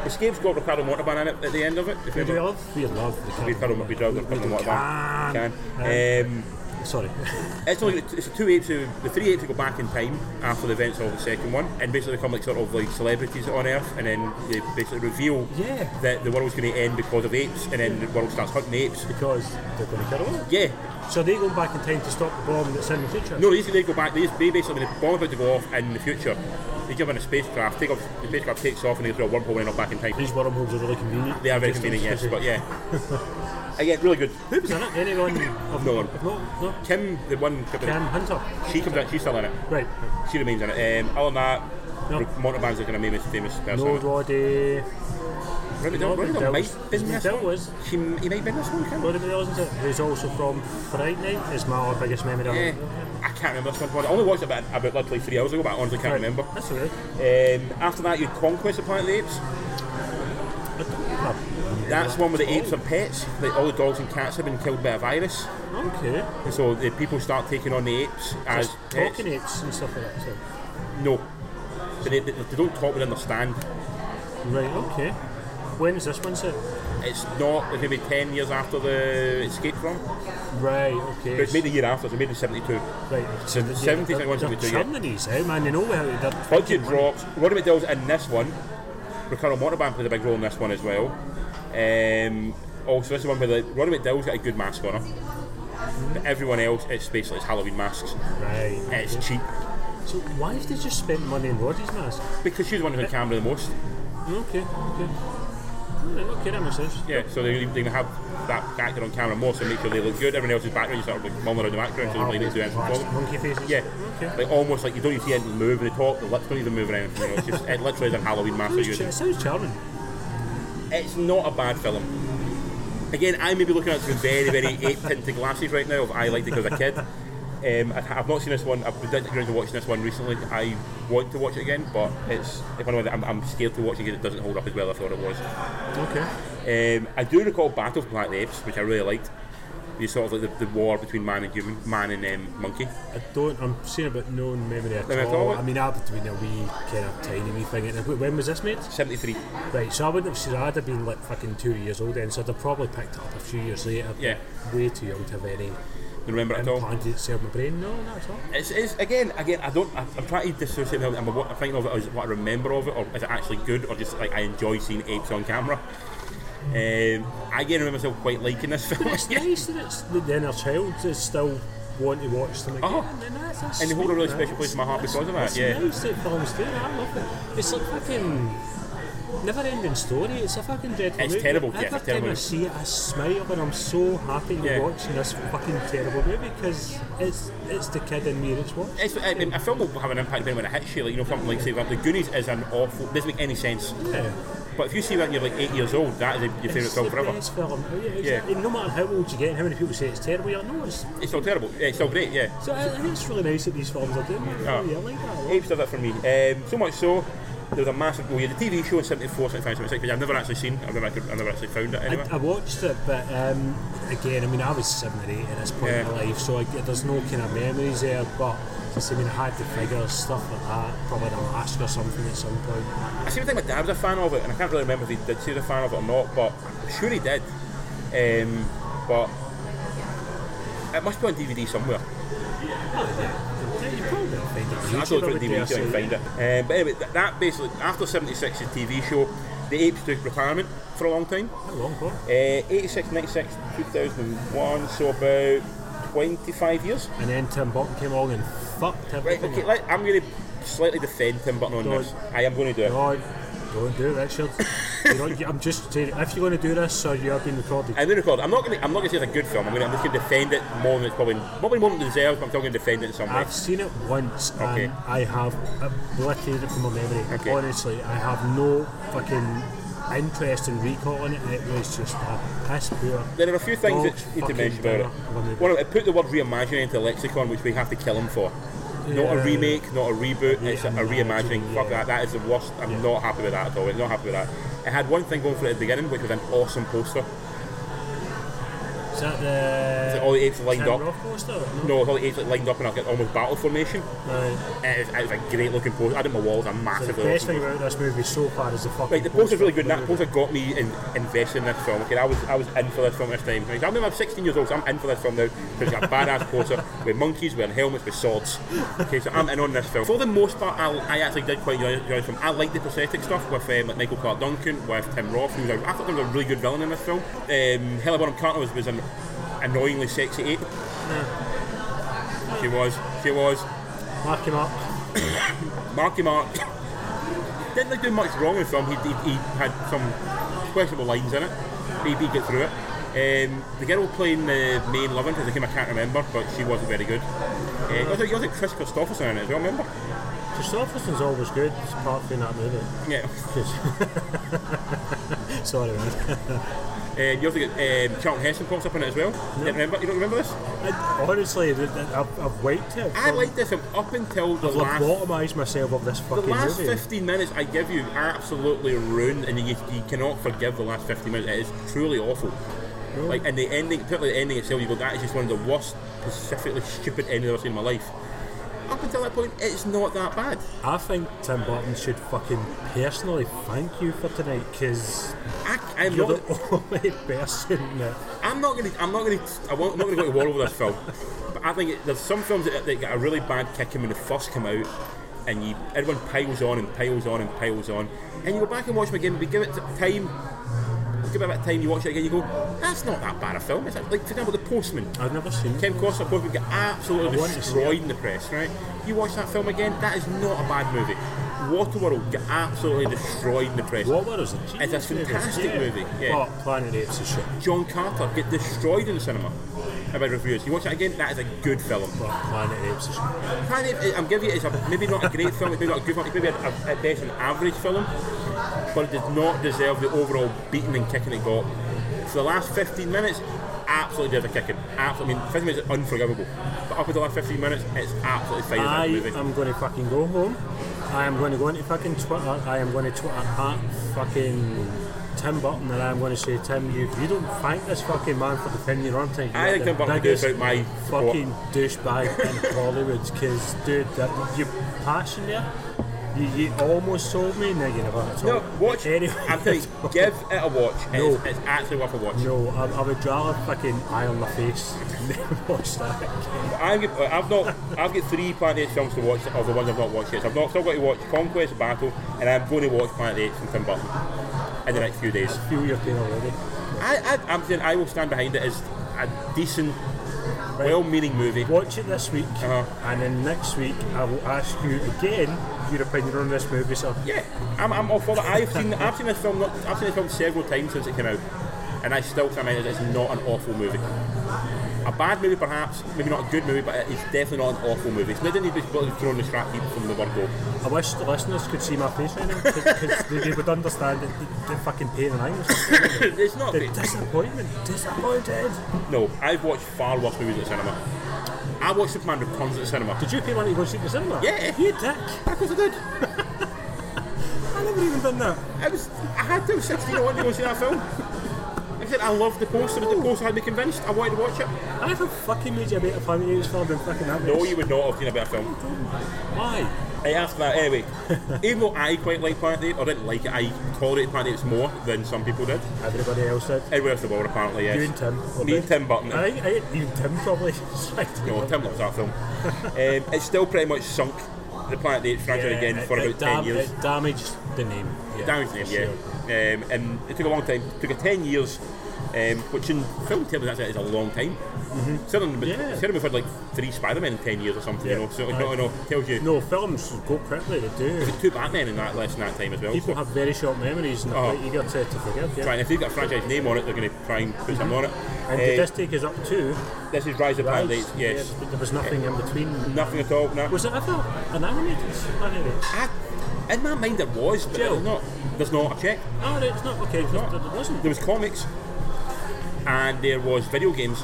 S2: Escape's got Ricardo Montalban in it at the end of it. if you
S3: We
S2: remember.
S3: love, we love the
S2: We
S3: Caribbean.
S2: cut him. We drove. We cut him. What about? Can. Um,
S3: Sorry.
S2: it's only it's the two apes who the three apes who go back in time after the events of the second one, and basically become like sort of like celebrities on Earth, and then they basically reveal
S3: Yeah.
S2: that the world's going to end because of apes, and then the world starts hunting apes.
S3: because they're going to kill him.
S2: Yeah,
S3: So they go back in time to stop the bomb that's in the future.
S2: no, they they go back. They, just- they basically the bomb about to go off in the future. They jump in a spacecraft. Take off. The spacecraft takes off, and they go through a wormhole and up back in time.
S3: These wormholes are really convenient.
S2: They are very
S3: Just
S2: convenient, yes,
S3: stupid.
S2: but yeah. Again, really good.
S3: Who was in it? Anyone? Of
S2: No one.
S3: of No, no.
S2: Kim, the one,
S3: Cam Hunter.
S2: she comes out. She's still in it.
S3: Right.
S2: She remains in it. Um, other than that,
S3: No.
S2: Montalban's like an famous, famous person.
S3: No Roddy.
S2: Robbie
S3: no,
S2: Dell- Robbie Dell
S3: Dell-
S2: might been this
S3: Dell
S2: one.
S3: was.
S2: He, m- he might been this one, can't he?
S3: Roddy Mills, isn't it? Who's also from Fright Night. Is my other biggest memory. of
S2: Yeah.
S3: it.
S2: I can't remember this one. I only watched it about, about literally three hours ago, but I honestly can't
S3: Right.
S2: remember.
S3: That's all right.
S2: Um, after that, you Conquest of Planet of the Apes. That's the one where the apes are pets. Like all the dogs and cats have been killed by a virus,
S3: Okay.
S2: and so the people start taking on the apes as
S3: Just
S2: pets.
S3: talking apes and stuff like that. So.
S2: No, but they, they, they don't talk. They understand.
S3: Right. Okay. When is this one set?
S2: It's not. It's maybe ten years after the escape from.
S3: Right. Okay.
S2: But it's made the year after. It's made in '72.
S3: Right.
S2: So the 70s,
S3: they're-
S2: I want to
S3: they're
S2: do, yeah.
S3: churning these out, man. They know how to do
S2: Budget drops. Roddy McDowell's in this one. Ricardo Montalban played a big role in this one as well. Um, also, this is one where the, Roddy McDowell's got a good mask on her. But everyone else, it's basically it's Halloween masks.
S3: Right.
S2: And it's cheap.
S3: So why have they just spent money on Roddy's mask?
S2: Because she's the one who's on camera the most.
S3: Okay, okay. All right, okay, that makes sense.
S2: Yeah, so they, they have that actor on camera more, so make sure they look good. Everyone else's background, you sort of like mumbling around the background, so nobody needs to do anything for
S3: Plastic
S2: them.
S3: monkey faces.
S2: Yeah,
S3: Okay.
S2: like almost like you don't even see anything move when they talk, the lips don't even move or anything. You know, it's just, it literally is a Halloween mask. they're
S3: Sounds,
S2: using.
S3: ch- sounds charming.
S2: it's not a bad film. Again, I may be looking at it through very, very eight tinted glasses right now. If I liked it as a kid. Um, I, have not seen this one. I've been around to watching this one recently. I want to watch it again, but it's if I know that I'm, I'm scared to watch it because it doesn't hold up as well as I thought it was.
S3: Okay.
S2: Um, I do recall Battle of the Planet of the Apes, which I really liked. You sort of like the, the war between man and human, man and um, monkey.
S3: I don't. I'm saying about no memory at
S2: Memory at
S3: all.
S2: all?
S3: I mean, I've been a wee kind of tiny wee thing. And wh- When was this made?
S2: Seventy three.
S3: Right. So I wouldn't have seen. I'd have been like fucking two years old then. So I'd have probably picked it up a few years later. but
S2: Yeah.
S3: Way too young to have any
S2: You remember it at all?
S3: implanted itself in my brain. No, not at all.
S2: It's, it's again, again. I don't. I, I'm trying to dissociate. how- I'm, what I'm thinking of it as what I remember of it, or is it actually good, or just like I enjoy seeing apes on camera. Um, I again remember myself quite liking this film.
S3: But it's nice that it's that the inner child is still want to watch them again.
S2: Uh-huh.
S3: And, that's, that's
S2: And they hold a
S3: sweet,
S2: really
S3: man.
S2: special place in my heart
S3: That's-
S2: because of that,
S3: that's
S2: yeah.
S3: nice that films do that. I love it. It's like fucking never-ending story. It's a fucking dreadful.
S2: It's
S3: movie.
S2: terrible, yeah,
S3: Every
S2: it's
S3: time I
S2: terrible.
S3: see it, I smile, and I'm so happy you're
S2: Yeah.
S3: watching this fucking terrible movie because it's it's the kid in me that's watching.
S2: It's, I mean, a film will have an impact depending when it hits you. Like, you know, something like say like, The Goonies is an awful. Doesn't make any sense.
S3: Yeah.
S2: But if you see that and you're like eight years old, that is your favourite
S3: It's
S2: film
S3: the
S2: forever.
S3: best film. Oh, Yeah, exactly. No matter how old you get and how many people say it's terrible, you're like, no, it's.
S2: It's still terrible. Yeah, it's still great. Yeah.
S3: So I, I think it's really nice that these films are doing that. Oh,
S2: Yeah.
S3: Yeah, I like that. a lot.
S2: Apes did that for me. Um, so much so, there was a massive. Well, you had the TV show in 74, 75, 76, which I've never actually seen. I've never, I've never actually found it
S3: I,
S2: anywhere.
S3: I watched it, but um, again, I mean, I was seven or eight at this point in
S2: Yeah.
S3: my life, so I, there's no kind of memories there. But just, I mean, I had the figures, stuff like that, probably in Alaska or something at some point.
S2: I seem to think my dad was a fan of it, and I can't really remember if he did see the fan of it or not, but I'm sure he did. Um, but it must be on DVD somewhere.
S3: Yeah, you probably don't find it.
S2: I
S3: YouTube,
S2: have to look for
S3: would
S2: the DVD
S3: dare
S2: so I can
S3: say.
S2: find it. Um, but anyway, th- that basically, after 76's TV show, the Apes took retirement for a long time.
S3: How long for?
S2: Uh, 86, 96, 2001, so about 25 years.
S3: And then Tim Burton came along and fucked
S2: Right,
S3: everything.
S2: okay,
S3: up.
S2: let, I'm going to slightly defend Tim Burton on
S3: Go on.
S2: this. I am going to do it.
S3: God, don't do it, Richard. you know, you- I'm just saying, if you're going to do this, sir, you are being recorded.
S2: I'm going to record. I'm not going. I'm not going to say it's a good film. I'm, gonna, I'm just going to defend it more than it's probably probably more than it deserves. But I'm still going to defend it in some way.
S3: I've seen it once
S2: Okay.
S3: and I have uh, obliterated it from my memory.
S2: Okay.
S3: Honestly, I have no fucking interest in recalling it. It was just a piss poor.
S2: There are a few things
S3: dog's
S2: that need to
S3: fucking
S2: mention about it.
S3: dinner of a movie.
S2: One, of it put the word reimagining into lexicon, which we have to kill him for. Not a
S3: Yeah.
S2: remake, not a reboot. It's a, a reimagining.
S3: Reimagining,
S2: Fuck
S3: yeah.
S2: that. That is the worst. I'm
S3: Yeah.
S2: not happy with that at all. I'm not happy with that. It had one thing going for it at the beginning, which was an awesome poster.
S3: Is that the.
S2: All the apes lined
S3: Tim
S2: up.
S3: Roth poster?
S2: No, all the apes like, lined up in like, almost battle formation.
S3: Right.
S2: And It was, it was a great looking poster. I did my walls. A
S3: So the
S2: massively
S3: best
S2: awesome
S3: thing about this movie so far is the fucking.
S2: Like the poster's really good, and that poster got me in, invested in this film. Okay, I was I was in for this film this time. Like, I remember I'm 16 years old, so I'm in for this film now. Because it's got a badass poster with monkeys wearing helmets with swords. Okay, so I'm in on this film. For the most part, I, I actually did quite enjoy, enjoy this film. I liked the prosthetic stuff with um, like Michael Clark Duncan, with Tim Roth, who was a, I thought there was a really good villain in this film. Um, Helen Bonham Carter was, was an annoyingly sexy ape. She was. She was.
S3: Mark him up.
S2: Marky Mark didn't they do much wrong in the film. He, he, he had some questionable lines in it. He, he got through it. Um, the girl playing the main loving because name I can't remember, but she wasn't very good. Uh, it was, it was Chris Christopherson in it as well, remember?
S3: Christopherson's always good, apart from that movie.
S2: Yeah.
S3: Sorry, man.
S2: Um, you also got um, Charlton Heston pops up in it as well. You remember? You don't remember this?
S3: I, honestly, th- th- I've, I've wiped it.
S2: I liked this film up until the
S3: I've
S2: last.
S3: lobotomized myself of this
S2: The
S3: fucking
S2: last
S3: movie.
S2: 15 minutes I give you absolutely ruined, and you, you cannot forgive the last 15 minutes. It is truly awful. Like, and the ending, particularly the ending itself, you go, that is just one of the worst, specifically stupid endings I've ever seen in my life. Up until that point, it's not that bad.
S3: I think Tim Burton should fucking personally thank you for tonight because
S2: I, I'm
S3: you're
S2: not,
S3: the only person that.
S2: I'm not gonna, I'm not gonna, I won't, I'm not gonna go to war over this film. But I think it, there's some films that, that get a really bad kick in when they first come out, and you everyone piles on and piles on and piles on, and you go back and watch them again. We give it time. Give it a bit of time. You watch it again. You go, that's not that bad a film. It's like, like for example, The Postman.
S3: I've never seen it.
S2: Ken Costner, of course, would get absolutely
S3: I want to see
S2: destroyed in the press, right? You watch that film again, that is not a bad movie. Waterworld get absolutely destroyed in the press.
S3: What was it?
S2: It's a fantastic movie, yeah.
S3: But Planet of the Apes is shit.
S2: John Carter get destroyed in the cinema about reviews. You watch it again, that is a good film.
S3: But Planet of the Apes is shit.
S2: Kind of, I'm giving you, it's a, maybe not a great film, it's maybe not a good film, it's maybe a, a, at best an average film, but it does not deserve the overall beating and kicking it got. For the last 15 minutes, absolutely deserves a kicking. Absolutely, I mean, 15 minutes is unforgivable, but up until the last 15 minutes, it's absolutely fine. as
S3: I
S2: a movie.
S3: am going to fucking go home. I am going to go into fucking Twitter. I am going to Twitter at fucking Tim Burton and I'm going to say, Tim, you, you don't thank this fucking man for defending your own thing.
S2: I think Tim Burton
S3: biggest
S2: deserves my support.
S3: fucking douchebag in Hollywood because, dude, that, your passion there, you, you almost sold me. No, you never at all.
S2: No, watch.
S3: Anyway,
S2: I'm telling you, give it a watch. It's,
S3: No.
S2: it's actually worth a watch.
S3: No, I, I would rather fucking eye on my face than watch that again.
S2: I've got, uh, I've not, I've got three Planet Eight films to watch of the ones I've not watched yet. So I've not still got to watch Conquest, Battle, and I'm going to watch Planet Eight from Tim Burton in the next few days.
S3: feel your pain already.
S2: I, I, I'm saying I will stand behind it as a decent well-meaning movie.
S3: Watch it this week,
S2: Uh-huh.
S3: and then next week I will ask you again your opinion on this movie. So
S2: Yeah, I'm, I'm all for that. I've seen I've seen this film not, I've seen this film several times since it came out, and I still think it is not an awful movie. A bad movie, perhaps, maybe not a good movie, but it's definitely not an awful movie. It's not need to be thrown in the scrap heap from the word go.
S3: I wish the listeners could see my face right now because they, they would understand it. They, they fucking pay the night or something.
S2: it's not.
S3: The
S2: great.
S3: disappointment, disappointed.
S2: No, I've watched far worse movies at cinema. I watched Superman Returns at cinema.
S3: Did you pay money to go see the cinema?
S2: Yeah.
S3: you dick.
S2: Of course I did.
S3: I never even done that.
S2: I was I had to. I was 16. I wanted to go see that film. I said I loved the poster, but the poster had me convinced. I wanted to watch it.
S3: I have fucking made you a better fan of this film than fucking that.
S2: No,
S3: is.
S2: you would not have seen a better film.
S3: Why?
S2: I asked that anyway. Even though I quite like Planet Eight, or didn't like it, I tolerated Planet Eight more than some people did.
S3: Everybody else did.
S2: Everywhere else in the world, apparently, yes.
S3: You and Tim. were
S2: Me
S3: they?
S2: and Tim Burton.
S3: I think I think you and Tim probably. Right.
S2: No, Tim loves that film. um, it's still pretty much sunk the Planet Eight franchise again for about ten years.
S3: It damaged the name. Yeah,
S2: Damaged name, yeah. Um, and it took a long time. It took a ten years, um, which in film terms that's is a long time. Mm-hmm. Certainly,
S3: Yeah.
S2: certainly we've had like three Spider-Man in ten years or something.
S3: Yeah.
S2: You know, so
S3: Aye.
S2: no, no, tells you
S3: No, films go quickly, they do.
S2: two Batman in that less than that time as well. so-
S3: People have very short memories and they're
S2: Oh.
S3: quite eager to, to forgive. Yeah.
S2: Right, and if they've got a franchise name on it, they're going to try and put something on it.
S3: And
S2: Eh,
S3: did this take us up to
S2: This is Rise of
S3: Rise?
S2: Planet Eight, yes.
S3: Yeah, but there was nothing in between.
S2: Nothing at all, no.
S3: Was it ever an animated Planet Eight?
S2: I, in my mind it was, but
S3: Jill.
S2: there's not, there's not a check.
S3: Oh, no, it's not okay. It wasn't.
S2: There was comics, and there was video games.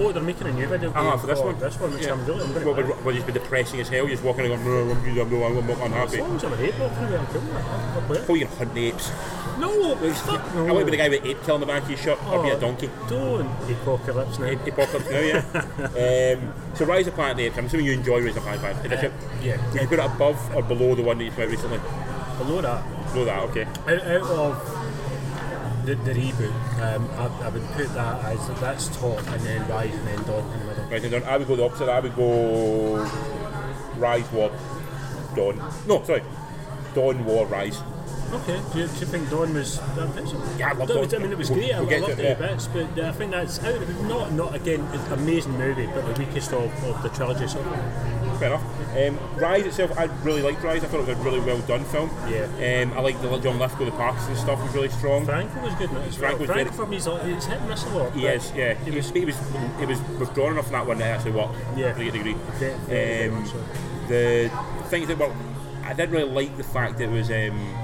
S3: Oh, they're making a new video game
S2: Ah, for this one?
S3: This one, which
S2: Yeah.
S3: I'm really. I'm
S2: What would,
S3: going
S2: what would just be depressing as hell, just walking and going, I'm, I'm, I'm
S3: As
S2: unhappy.
S3: long as I'm an ape walking away, I'm cool. with it. I'll play it.
S2: Oh, you're hunting apes.
S3: No, fuck no.
S2: I want to be the guy with ape tail on the back of his shirt, or be a
S3: Oh,
S2: donkey.
S3: Don't apocalypse now.
S2: Apocalypse now, yeah. um, so Rise of Planet Apes, I'm assuming you enjoy Rise of Planet Apes. Did you-
S3: yeah.
S2: Did you put it above or below the one that you put out recently?
S3: Below that,
S2: Below that, okay.
S3: out, out of the, the reboot, um, I, I would put that as that's top, and then Rise, and then Dawn in the middle.
S2: Right, and then I would go the opposite. I would go Rise War Dawn. No, sorry, Dawn War Rise.
S3: Okay, do you, do you think Dawn was that amazing?
S2: Yeah, I loved
S3: That was-
S2: Dawn.
S3: I mean, it was
S2: We'll-
S3: great.
S2: we'll
S3: I
S2: get to
S3: loved
S2: it,
S3: it a bit, but uh, I think that's out. of- Not, not again, it's an amazing movie, but the weakest of, of the trilogy. So
S2: Fair enough. Um, Rise itself, I really liked Rise. I thought it was a really well done film.
S3: Yeah.
S2: Um, I liked the John Lithgow, the parks and stuff was really strong.
S3: Frank was good. in it as well.
S2: Frank was
S3: Frank
S2: very-
S3: for me, he's, like- he's hit and miss a lot.
S2: He
S3: but
S2: is, yeah. He was, he was, he was withdrawn enough from that one that it actually worked.
S3: Yeah.
S2: To a degree.
S3: Very, very
S2: Um,
S3: much so.
S2: the things that were, I did really like the fact that it was. Um,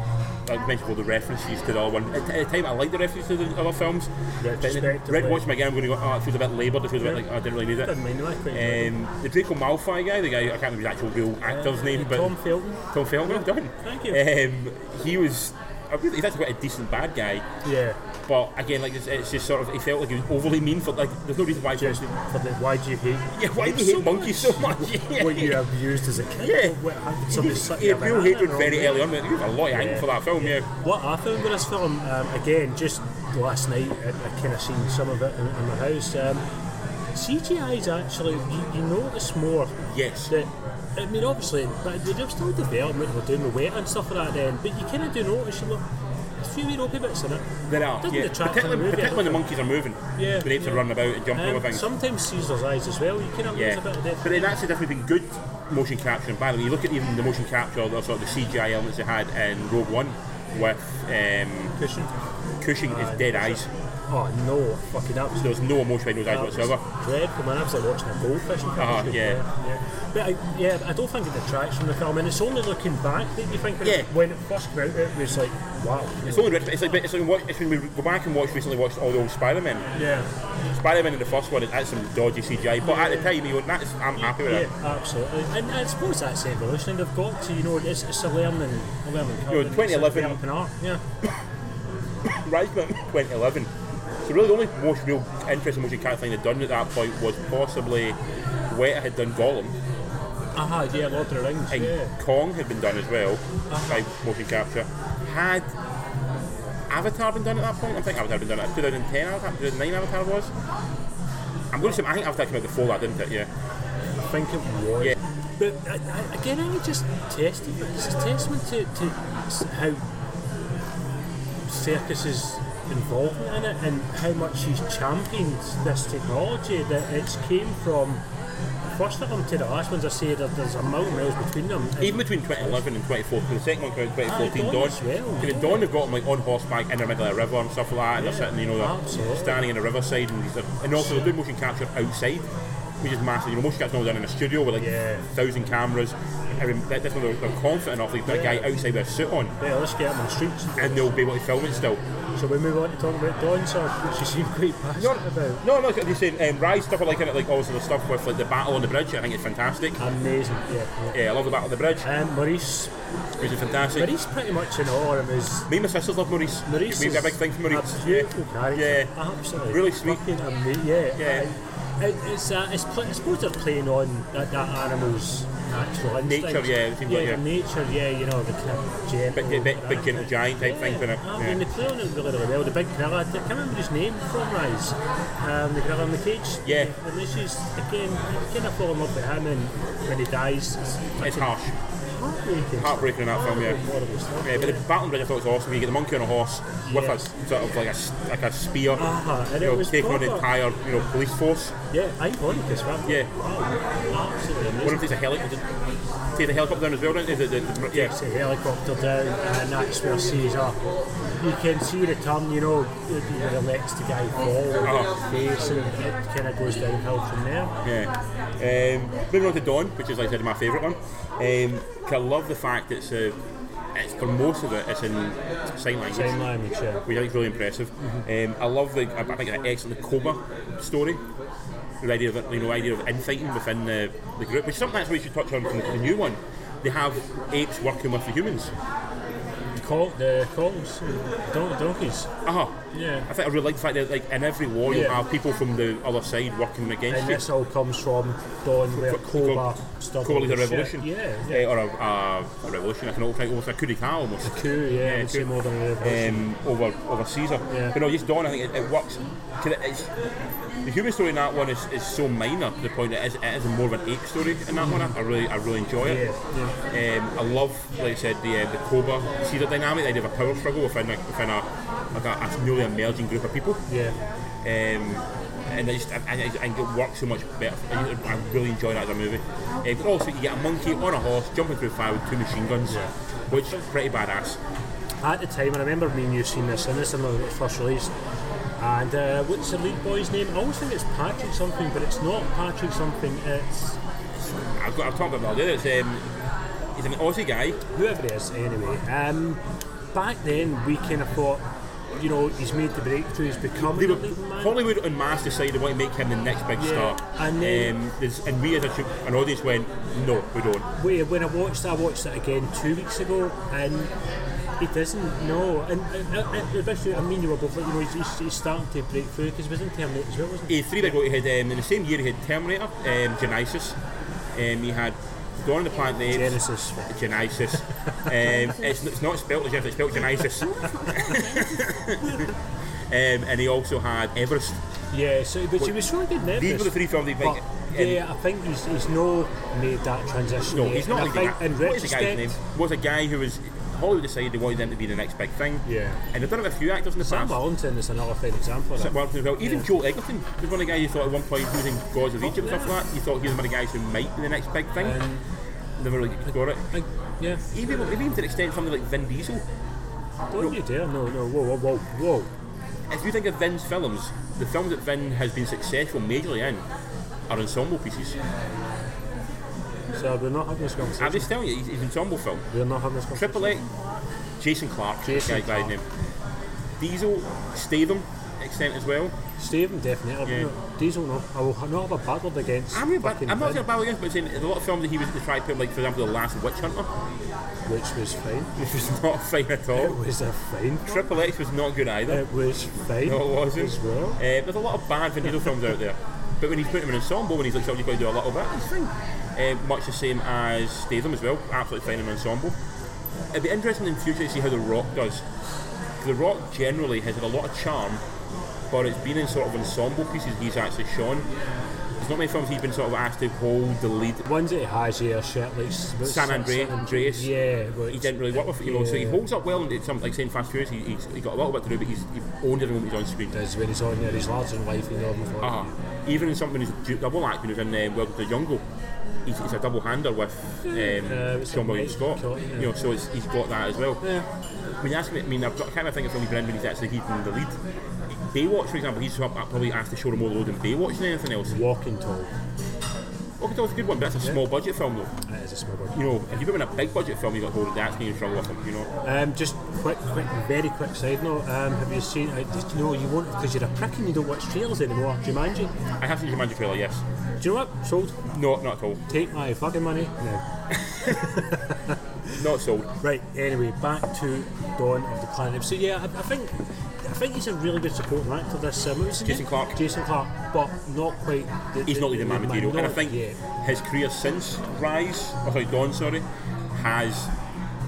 S2: like I mentioned all the references to the other one. At, at the time, I liked the references to the other films.
S3: Retrospectively.
S2: Red watch my game. I'm going to go. Oh, it feels a bit laboured. It feels a bit like oh, I didn't really need it.
S3: Didn't mind him, I quite enjoyed
S2: Um, the Draco Malfoy guy, the guy I can't remember his actual real actor's name, but
S3: uh, Tom Felton.
S2: Tom Felton. Well done.
S3: Thank you.
S2: Um, he was. I really, he's actually quite a decent bad guy,
S3: Yeah,
S2: but again, like it's, it's just sort of he felt like he was overly mean for like there's no reason why.
S3: just for the why do you hate?
S2: Yeah, why do you
S3: so
S2: hate monkeys so much? Yeah.
S3: What you abused as a kid?
S2: Yeah.
S3: What, what,
S2: He
S3: somebody
S2: just-
S3: sucked
S2: he
S3: you
S2: had
S3: up a
S2: real
S3: banana
S2: hatred
S3: and all
S2: very
S3: that.
S2: early on. He was a lot of anger
S3: Yeah.
S2: for that film. Yeah.
S3: What I found with this film, um, again, just last night, I, I kind of seen some of it in, in my house. Um, CGI is actually, you, you notice more
S2: Yes.
S3: that, I mean, obviously, but they're still development, they're doing the weight and stuff like that then, but you kind of do notice, you look, there's a few wee ropey bits in it.
S2: There are.
S3: Doesn't
S2: Yeah.
S3: detract
S2: Particularly,
S3: from the movie,
S2: particularly
S3: I
S2: when the
S3: don't
S2: monkeys are moving.
S3: Yeah,
S2: The apes
S3: yeah.
S2: are running about and jumping
S3: Um,
S2: over things.
S3: sometimes Caesar's eyes as well, you kind of lose
S2: Yeah.
S3: a bit of depth.
S2: But then that's the difference between good motion capture and bad. When you look at even the motion capture or sort of the CGI elements they had in Rogue One with um,
S3: Cushion.
S2: Cushing is dead eyes.
S3: Oh no, fucking that was
S2: There's no emotion in those eyes
S3: That was
S2: whatsoever.
S3: Dreadful man, I was like watching a goldfish. in front
S2: Uh-huh,
S3: of me.
S2: yeah.
S3: But I, yeah, I don't think it detracts from the film, and it's only looking back that you think when it-
S2: Yeah.
S3: when it first came out, it was like, wow.
S2: It's only it's like it's like watch, it's when we go back and watch recently watched all the old Spider Man.
S3: Yeah,
S2: Spider Man in the first one that's some dodgy CGI, but at the time you went, that's I'm happy with
S3: yeah,
S2: that.
S3: absolutely. And I suppose that's evolution. They've got to, you know, it's, it's a learning, a learning
S2: You
S3: curve.
S2: know,
S3: and it's a
S2: 2011
S3: developing art, Yeah.
S2: Rise of 2011. So really the only most real interesting motion capture thing they'd done at that point was possibly Weta had done Gollum
S3: Aha, yeah, Lord of the Rings.
S2: and
S3: Yeah.
S2: Kong had been done as well by motion capture. Had Avatar been done at that point? I think Avatar had been done at 2010 Avatar, 2009 Avatar was. I'm going to say I think Avatar came out before that, didn't it? Yeah.
S3: I think it was.
S2: Yeah.
S3: But I, I, again, I think it's just testament. It's a testament to, to s- how circuses involvement in it and how much she's championed this technology that it's came from first of them to the last ones I say that there's a million miles between them and
S2: Even between 2011 and 2014, the second one came out in 2014,
S3: Aye, Dawn
S2: Dawn.
S3: Ah, as well,
S2: Kind of Dawn, they've got them like on horseback in the middle of the river and stuff like that, and they're
S3: Yeah,
S2: sitting, you know, they're
S3: absolutely.
S2: standing in the riverside, and, these are- and also they do motion capture outside, which is massive. You know, motion capture's not done in a studio with like
S3: Yeah.
S2: thousand cameras. I mean, that- that's when they're, they're confident enough. They put a guy outside with a suit on,
S3: well let's get them on the streets
S2: and they'll be able to film it still.
S3: so we move on to talk about Dawn Sir which you seem quite passionate about
S2: No, no, they say um, Rise stuff I like in it, like also the stuff with like the battle on the bridge. I think it's fantastic.
S3: amazing yeah,
S2: Yeah, I love the battle on the bridge.
S3: yeah. Um, Maurice
S2: Which is fantastic.
S3: Maurice pretty much in awe of his
S2: Me and my sisters love Maurice.
S3: Maurice
S2: We've
S3: is
S2: got a big thing for Maurice.
S3: a beautiful character
S2: Yeah.
S3: absolutely
S2: Really sweet.
S3: fucking amazing yeah,
S2: Yeah.
S3: I, it, it's, uh, it's pl- I suppose they're playing on that, that animal's natural
S2: Nature,
S3: instincts.
S2: yeah, it seems
S3: yeah,
S2: like, yeah.
S3: the nature, yeah, you know, the kind of gentle,
S2: Big, big, big, big gentle giant type
S3: yeah.
S2: thing, but
S3: I mean, they
S2: yeah.
S3: play on it really, really well. The big gorilla, I can't remember his name from Rise. Um, the gorilla in the cage.
S2: Yeah.
S3: And this is again, you kind of fall in love with him, and when he dies, it's
S2: it's harsh,
S3: heartbreaking.
S2: heartbreaking in that film. Yeah.
S3: Horrible stuff.
S2: Yeah, but the Battle Bridge I thought was awesome. You get the monkey on a horse with
S3: Yes.
S2: a sort of like a s- like a spear,
S3: Uh-huh, and
S2: you
S3: it
S2: know,
S3: was
S2: taking on the
S3: proper.
S2: entire you know police force.
S3: Yeah, iconic as well.
S2: Yeah.
S3: Wow, absolutely
S2: One
S3: amazing.
S2: of them takes a helicopter, takes a helicopter down as well. Don't they? The, the, the, yeah,
S3: takes the helicopter down and that's where Caesar "Oh, you can see the turn you know he lets the guy fall
S2: Uh-huh.
S3: on his face and it kind of goes downhill from there
S2: yeah. Um, moving on to Dawn, which is like I said my favourite one. Um, 'cause I love the fact it's uh, it's for most of it it's in sign language.
S3: same language yeah
S2: which I think is really impressive.
S3: Mm-hmm.
S2: Um, I love the I I think an excellent Cobra story. The idea of you know idea of infighting within the, the group, which is something that's we should touch on from the, the new one. They have apes working with the humans.
S3: the, call, the calls don- donkeys
S2: Uh-huh.
S3: Yeah.
S2: I think I really like the fact that like in every war you'll
S3: Yeah.
S2: have people from the other side working against
S3: and
S2: you.
S3: this all comes from Don where Cobra started
S2: Cobra is a
S3: the shit.
S2: revolution.
S3: yeah,
S2: Eh,
S3: yeah.
S2: or a, a, a revolution. I can almost almost a coup d'état almost.
S3: Coup, yeah, I would say
S2: coup.
S3: more than a revolution.
S2: um, over over Caesar.
S3: Yeah.
S2: But no, just Dawn. I think it, it works. 'Cause it- it's, the human story in that one is, is so minor to the point that it is, it is more of an ape story in that one. I really I really enjoy it.
S3: Yeah,
S2: Um, I love, like I said, the uh, the Cobra Caesar dynamic. They have a power struggle within a, within a like a, a newly emerging group of people.
S3: yeah
S2: Um, and I just I, I, I think it works so much better. I, just- I really enjoy that as a movie. Uh, but also, you get a monkey on a horse jumping through fire with two machine guns, which is pretty badass.
S3: at the time, I remember me and you seeing this, and this is when it was first released. And uh, what's the lead boy's name? I always think it's Patrick something, but it's not Patrick something. It's
S2: I've got. I've talked about it. It's um, he's an Aussie guy.
S3: whoever it is, anyway. Um, back then, we kind of thought, you know, he's made the breakthrough, he's become
S2: They
S3: a
S2: were,
S3: leading man.
S2: Hollywood and Mass decided they want to make him the next big
S3: Yeah,
S2: star.
S3: and then-
S2: um, there's- and we as a, tr- an audience went, no, we don't.
S3: Wait, when I watched, it, I watched it again two weeks ago, and he doesn't know. And uh, uh, uh, basically, I mean, you were both like, you know, he's, he's, he's starting to break through because he was in Terminator as well, wasn't he?
S2: He had three big. He had um, in the same year he had Terminator, um, Genesis. Um, he had Dawn of the Planet of the Apes,
S3: Genesis.
S2: Genesis. um, it's, it's not spelt as if it's spelt Genesis. Um, and he also had Everest.
S3: Yeah, so, but he was really good in Memphis.
S2: These were the three films he
S3: But,
S2: made.
S3: yeah, I think he's, he's no made that transition.
S2: No,
S3: yet.
S2: he's not
S3: And I
S2: like
S3: think
S2: that.
S3: in
S2: What is the guy's
S3: retrospect,
S2: name? Was a guy who was Hollywood decided they wanted them to be the next big thing.
S3: Yeah.
S2: And they've done it with a few actors in the
S3: Sam
S2: past.
S3: Valentin is another fine example of that.
S2: Worked as well. Even Joel Edgerton was one of the guys you thought at one point he was in Gods of Egypt and stuff like that. You thought he was one of the guys who might be the next big thing.
S3: Um,
S2: Never really got it.
S3: Like, yeah,
S2: Even, even to the extent something like Vin Diesel.
S3: don't you dare! No, no, whoa, whoa, whoa, whoa!
S2: If you think of Vin's films, the films that Vin has been successful majorly in are ensemble pieces.
S3: So we're not having this
S2: I'm
S3: conversation.
S2: just telling you, he's, he's an ensemble film.
S3: We're not having this conversation.
S2: Triple X, Jason Clark,
S3: Jason
S2: guy, guy's
S3: Clarke.
S2: name. Diesel, Statham, extent as well.
S3: Steven definitely.
S2: Yeah.
S3: Yeah. Diesel, no. I will not have a battle against.
S2: I'm, not
S3: fucking
S2: I'm not
S3: Vin,
S2: going to battle against, but saying there's a lot of films that he was trying to put, like for example, The Last Witch Hunter,
S3: Which was fine.
S2: which was not fine at
S3: It
S2: all.
S3: was a fine.
S2: Triple X was not good either.
S3: It was fine.
S2: No, it wasn't.
S3: As well.
S2: Uh, there's a lot of bad Vin Diesel films out there, but when he's putting him in ensemble, when he's like something you've got to do a little bit, it's fine. Uh, much the same as Statham as well, absolutely fine in ensemble. It'd be interesting in future to see how The Rock does. The Rock generally has had a lot of charm, but it's been in sort of ensemble pieces he's actually shown. There's not many films he's been sort of asked to hold the lead.
S3: Ones that he has here, shit, like
S2: San Andre- Andreas.
S3: Yeah, well,
S2: He didn't really work with it, you know. So he holds up well. It's something like saying Fast Furious. He, he's, he got a little bit to do, but he's he owned every moment he's on screen.
S3: Is when he's on there, he's larger than life. He's on for
S2: Uh-huh. Even in something who's du- double acting, who's in um, Welcome to the Jungle, he's, he's a double hander with um,
S3: it's
S2: Sean
S3: a
S2: William
S3: great
S2: Scott.
S3: shot, yeah.
S2: You know, so it's, he's got that as well.
S3: Yeah.
S2: When you ask me, I mean, I've got, I kind of think of Tony Brennan when he's actually heating the lead. Baywatch, for example, he's prob- probably asked to show him more load in Baywatch than anything else.
S3: Walking tall.
S2: Walking Tall's a good one, but that's a small budget film though.
S3: That is Uh, a small one.
S2: You know, if you've been in a big budget film, you've got to hold it, that's when you struggle with him, you know.
S3: Um, just quick, quick, very quick side note. Um, have you seen? Uh, did you know you won't because you're a prick and you don't watch trailers anymore. Jumanji.
S2: I have seen Jumanji trailer, yes.
S3: Do you know what? Sold.
S2: No, not at all.
S3: Take my fucking money. No.
S2: Not sold.
S3: Right. Anyway, back to Dawn of the Planet. So yeah, I, I think I think he's a really good supporting actor. This um, what was his
S2: Jason
S3: name?
S2: Clarke.
S3: Jason Clark, but not quite. The,
S2: he's
S3: the-
S2: not leading man
S3: the
S2: material. and I
S3: not
S2: think
S3: yet.
S2: his career since Rise, or sorry, Dawn, sorry, has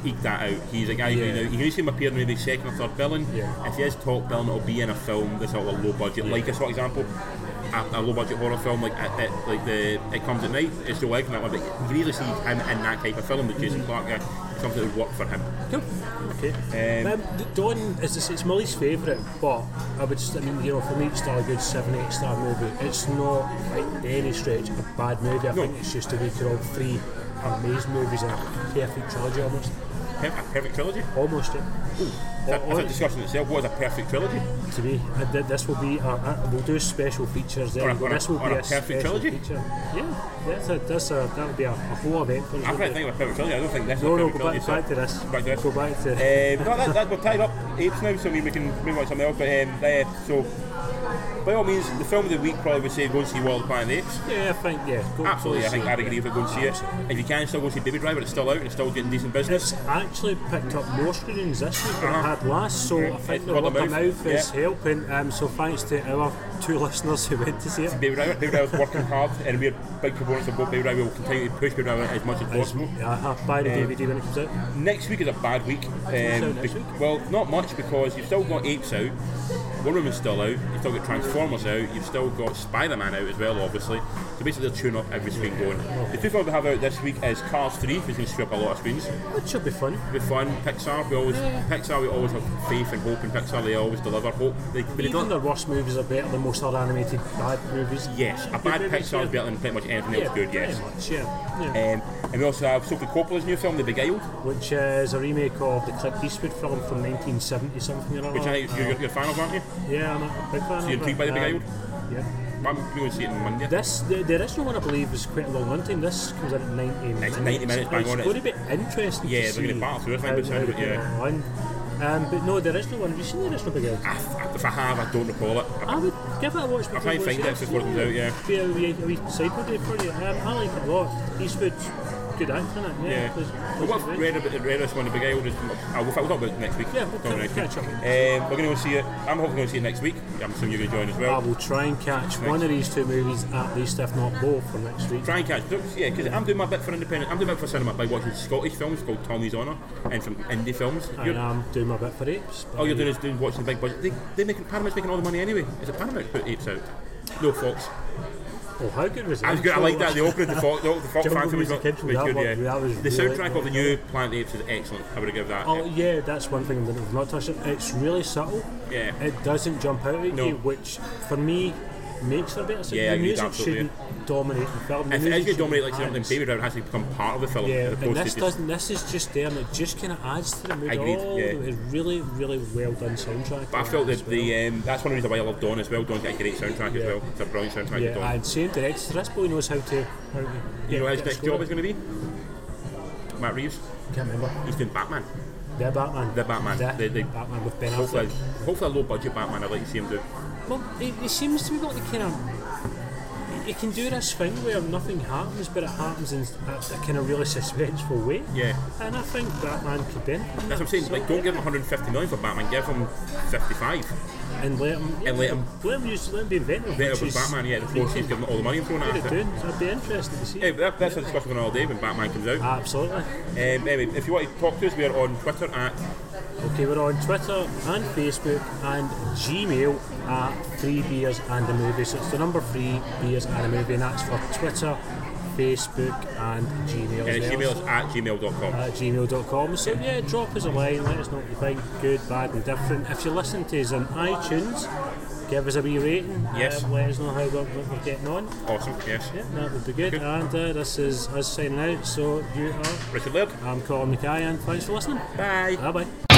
S2: eked that out. He's a guy who
S3: Yeah.
S2: now, you can only see him appear in maybe second or third villain.
S3: Yeah.
S2: If he is top villain, it'll be in a film that's sort of a low budget, like this, for example. A, a low budget horror film like it, it, like the It Comes at Night, it's Joe Wagner, but you can easily see him in that type of film with
S3: Mm.
S2: Jason Clarke, guy, something that would work for him.
S3: Cool. Okay. Um, the Dawn is it's Molly's favourite, but I would just, I mean, you know, for me, it's still a good seven, eight star movie. It's not like by any stretch a bad movie. I think it's just a week of all three amazing movies in a perfect trilogy almost.
S2: Per- a perfect trilogy?
S3: Almost it.
S2: That- that's a discussion itself. What is a perfect trilogy?
S3: to be. uh, th- This will be. Our, uh, we'll do special features
S2: Or
S3: there.
S2: a-
S3: but
S2: or a-
S3: this will
S2: or
S3: be
S2: a
S3: a,
S2: perfect
S3: special
S2: trilogy?
S3: feature. Yeah, that's a, that's a, that would be a, a whole event for us.
S2: I'm trying to
S3: wouldn't it?
S2: think of a perfect trilogy. I don't think this is
S3: No,
S2: a
S3: no,
S2: perfect
S3: go back,
S2: trilogy. so-
S3: back to this.
S2: Back to this.
S3: Go back to.
S2: Um, no, that, that, we're tied up apes now, so I mean, we can move on to something else. But um, there, so by all means, the film of the week probably would say go and see World of Planet of the Apes.
S3: yeah, I think yeah. Go,
S2: Absolutely, I think
S3: see
S2: I'd
S3: it.
S2: agree with it. Go and see it. If you can, still go and see Baby Driver. It's still out and it's still getting decent business.
S3: It's actually picked up more screenings this week than
S2: Uh-huh.
S3: it had last, so I
S2: It's
S3: think the
S2: word
S3: word
S2: of
S3: of
S2: mouth,
S3: mouth is
S2: yeah.
S3: helping. Um, so thanks to our two listeners who went to see it.
S2: Baby Driver, Baby Driver's working hard, and we're big proponents of both Baby Driver. We'll continue to push Baby Driver as much as
S3: As-
S2: possible.
S3: Uh, buy the DVD when it comes out.
S2: Next week is a bad week. Um,
S3: out next
S2: be-
S3: week?
S2: Well, not much because you've still got Apes out, Wonder Woman's still out, you've still got Transformers out, you've still got Spider Man out as well, obviously. So basically, they're tuning up every screen going. The two films we have out this week is Cars 3, which is going to strip a lot of screens. It'll
S3: It should be fun.
S2: be fun. Pixar, we always Pixar, we always have faith and hope in Pixar, they always deliver hope. They, but they
S3: Even
S2: don't.
S3: their worst movies are better than most other animated bad movies.
S2: Yes, a
S3: Good
S2: bad
S3: movies,
S2: Pixar is
S3: yeah.
S2: better than pretty much anything
S3: Yeah,
S2: else good,
S3: pretty
S2: yes.
S3: much, yeah. yeah.
S2: Um, and we also have Sophie Coppola's new film, The Beguiled,
S3: Which is a remake of the Clint Eastwood film from 1970 something or other. Uh,
S2: which I think you're, you're, you're a fan of, aren't you?
S3: Yeah, I'm a big fan.
S2: So you're
S3: of
S2: intrigued by
S3: it.
S2: The Beguiled?
S3: Um, yeah.
S2: I'm going to see it on Monday.
S3: This the, the original one I believe was quite a long run time. This comes in at 90 minutes.
S2: 90 minutes, bang
S3: it's
S2: on,
S3: going to be interesting.
S2: Yeah,
S3: to
S2: they're
S3: see
S2: gonna battle through it, I think,
S3: how-
S2: by the sound of it,
S3: how they
S2: yeah.
S3: go on. Um, but no, the original one. Have you seen the original Big Eyed?
S2: I, if I have, I don't recall it.
S3: I would give it a watch. before
S2: might
S3: watch
S2: find it if it's worth it out, yeah.
S3: Be a wee, a wee side day for you. Um, I like it a lot. Eastwood's good actor in it. Yeah.
S2: Yeah.
S3: plays-
S2: But
S3: plays
S2: what
S3: great.
S2: I've read about the read this one, the big old is. I'll, we'll talk about it next week.
S3: Yeah, we'll
S2: Talk about it
S3: catch-
S2: next
S3: catch
S2: week.
S3: up.
S2: Um, we're going to go see it. I'm hopefully going to see it next week. I'm assuming you're going to join as
S3: I
S2: well.
S3: will try and catch one of these two movies at least, if not both, for next week.
S2: Try and catch up, yeah, because I'm doing my bit for independent. I'm doing my bit for cinema by watching Scottish films called Tommy's Honour and some indie films.
S3: I
S2: You're,
S3: am doing my bit for apes. but-
S2: all Oh, you're doing is doing watching the big budget. They, they making Paramount's making all the money anyway. Is it Paramount put apes out? No, Fox.
S3: Oh, how good was it?
S2: I was good. I like that. The opening, the Fox, the, the Fox
S3: Jungle
S2: Phantom was, was
S3: Music
S2: good.
S3: Intro, that one-
S2: yeah.
S3: that was
S2: the
S3: really
S2: soundtrack of the new Planet of the Apes is excellent. I would give that.
S3: Oh yeah, that's one thing that we've not touched on. It's really subtle.
S2: Yeah.
S3: It doesn't jump out at
S2: No.
S3: you, which for me makes it a bit. So
S2: Yeah, I
S3: the
S2: agree,
S3: music
S2: absolutely,
S3: shouldn't dominate the film. The
S2: If it
S3: music
S2: is going to dominate like
S3: shouldn't
S2: something,
S3: add.
S2: Baby Driver has to become part of the film. as
S3: Yeah, and
S2: opposed
S3: this
S2: to just,
S3: doesn't. This is just there, and it just kind of adds to the mood.
S2: Agreed,
S3: all
S2: yeah.
S3: the way. It's really, really well done soundtrack.
S2: but I felt that the um, that's one of the reasons why I love Dawn as well. Dawn's got a great soundtrack as
S3: Yeah.
S2: well. It's a brilliant soundtrack. to
S3: yeah,
S2: Dawn.
S3: and same director. So This boy knows how to. How to
S2: you know what his
S3: get
S2: next
S3: score.
S2: job is going to be? Matt Reeves.
S3: Can't remember.
S2: He's doing Batman.
S3: The Batman.
S2: The Batman. The- the-
S3: Batman with Ben
S2: Hopefully,
S3: Affleck.
S2: hopefully a low budget Batman. I'd like to see him do.
S3: Well, it, it seems to me like the kind of you can do this thing where nothing happens, but it happens in a, a kind of really suspenseful way.
S2: Yeah.
S3: And I think Batman could benefit.
S2: That's
S3: from
S2: what I'm
S3: that.
S2: saying.
S3: So-
S2: Like, don't give him 150 million for Batman. Give him 55.
S3: and let him
S2: and let him-
S3: let him use let him be inventive.
S2: Better
S3: which
S2: with
S3: is
S2: Batman. Yeah, the
S3: pretty
S2: force he's giving all the money and thrown
S3: good
S2: at
S3: at
S2: it.
S3: doing. So it'd be interesting to see.
S2: Yeah, that, that's a discussion we're going on all day when Batman comes out.
S3: Absolutely.
S2: Um, anyway, if you want to talk to us, we are on Twitter at
S3: Okay, we're on Twitter and Facebook and Gmail at Three Beers and a Movie. So it's the number three beers and a movie, and that's for Twitter, Facebook, and Gmail.
S2: And
S3: as
S2: it's
S3: well.
S2: email us at gmail.com.
S3: at gmail.com. So yeah, drop us a line, let us know what you think, good, bad and different. If you listen to us on iTunes, give us a wee rating.
S2: Yes.
S3: Uh, let us know how we're, we're getting on.
S2: Awesome, yes.
S3: Yeah, that would be good.
S2: Good.
S3: And uh, this is us signing out. So you are,
S2: Richard Laird.
S3: I'm Colin McKay, and thanks for listening.
S2: Bye.
S3: Bye bye.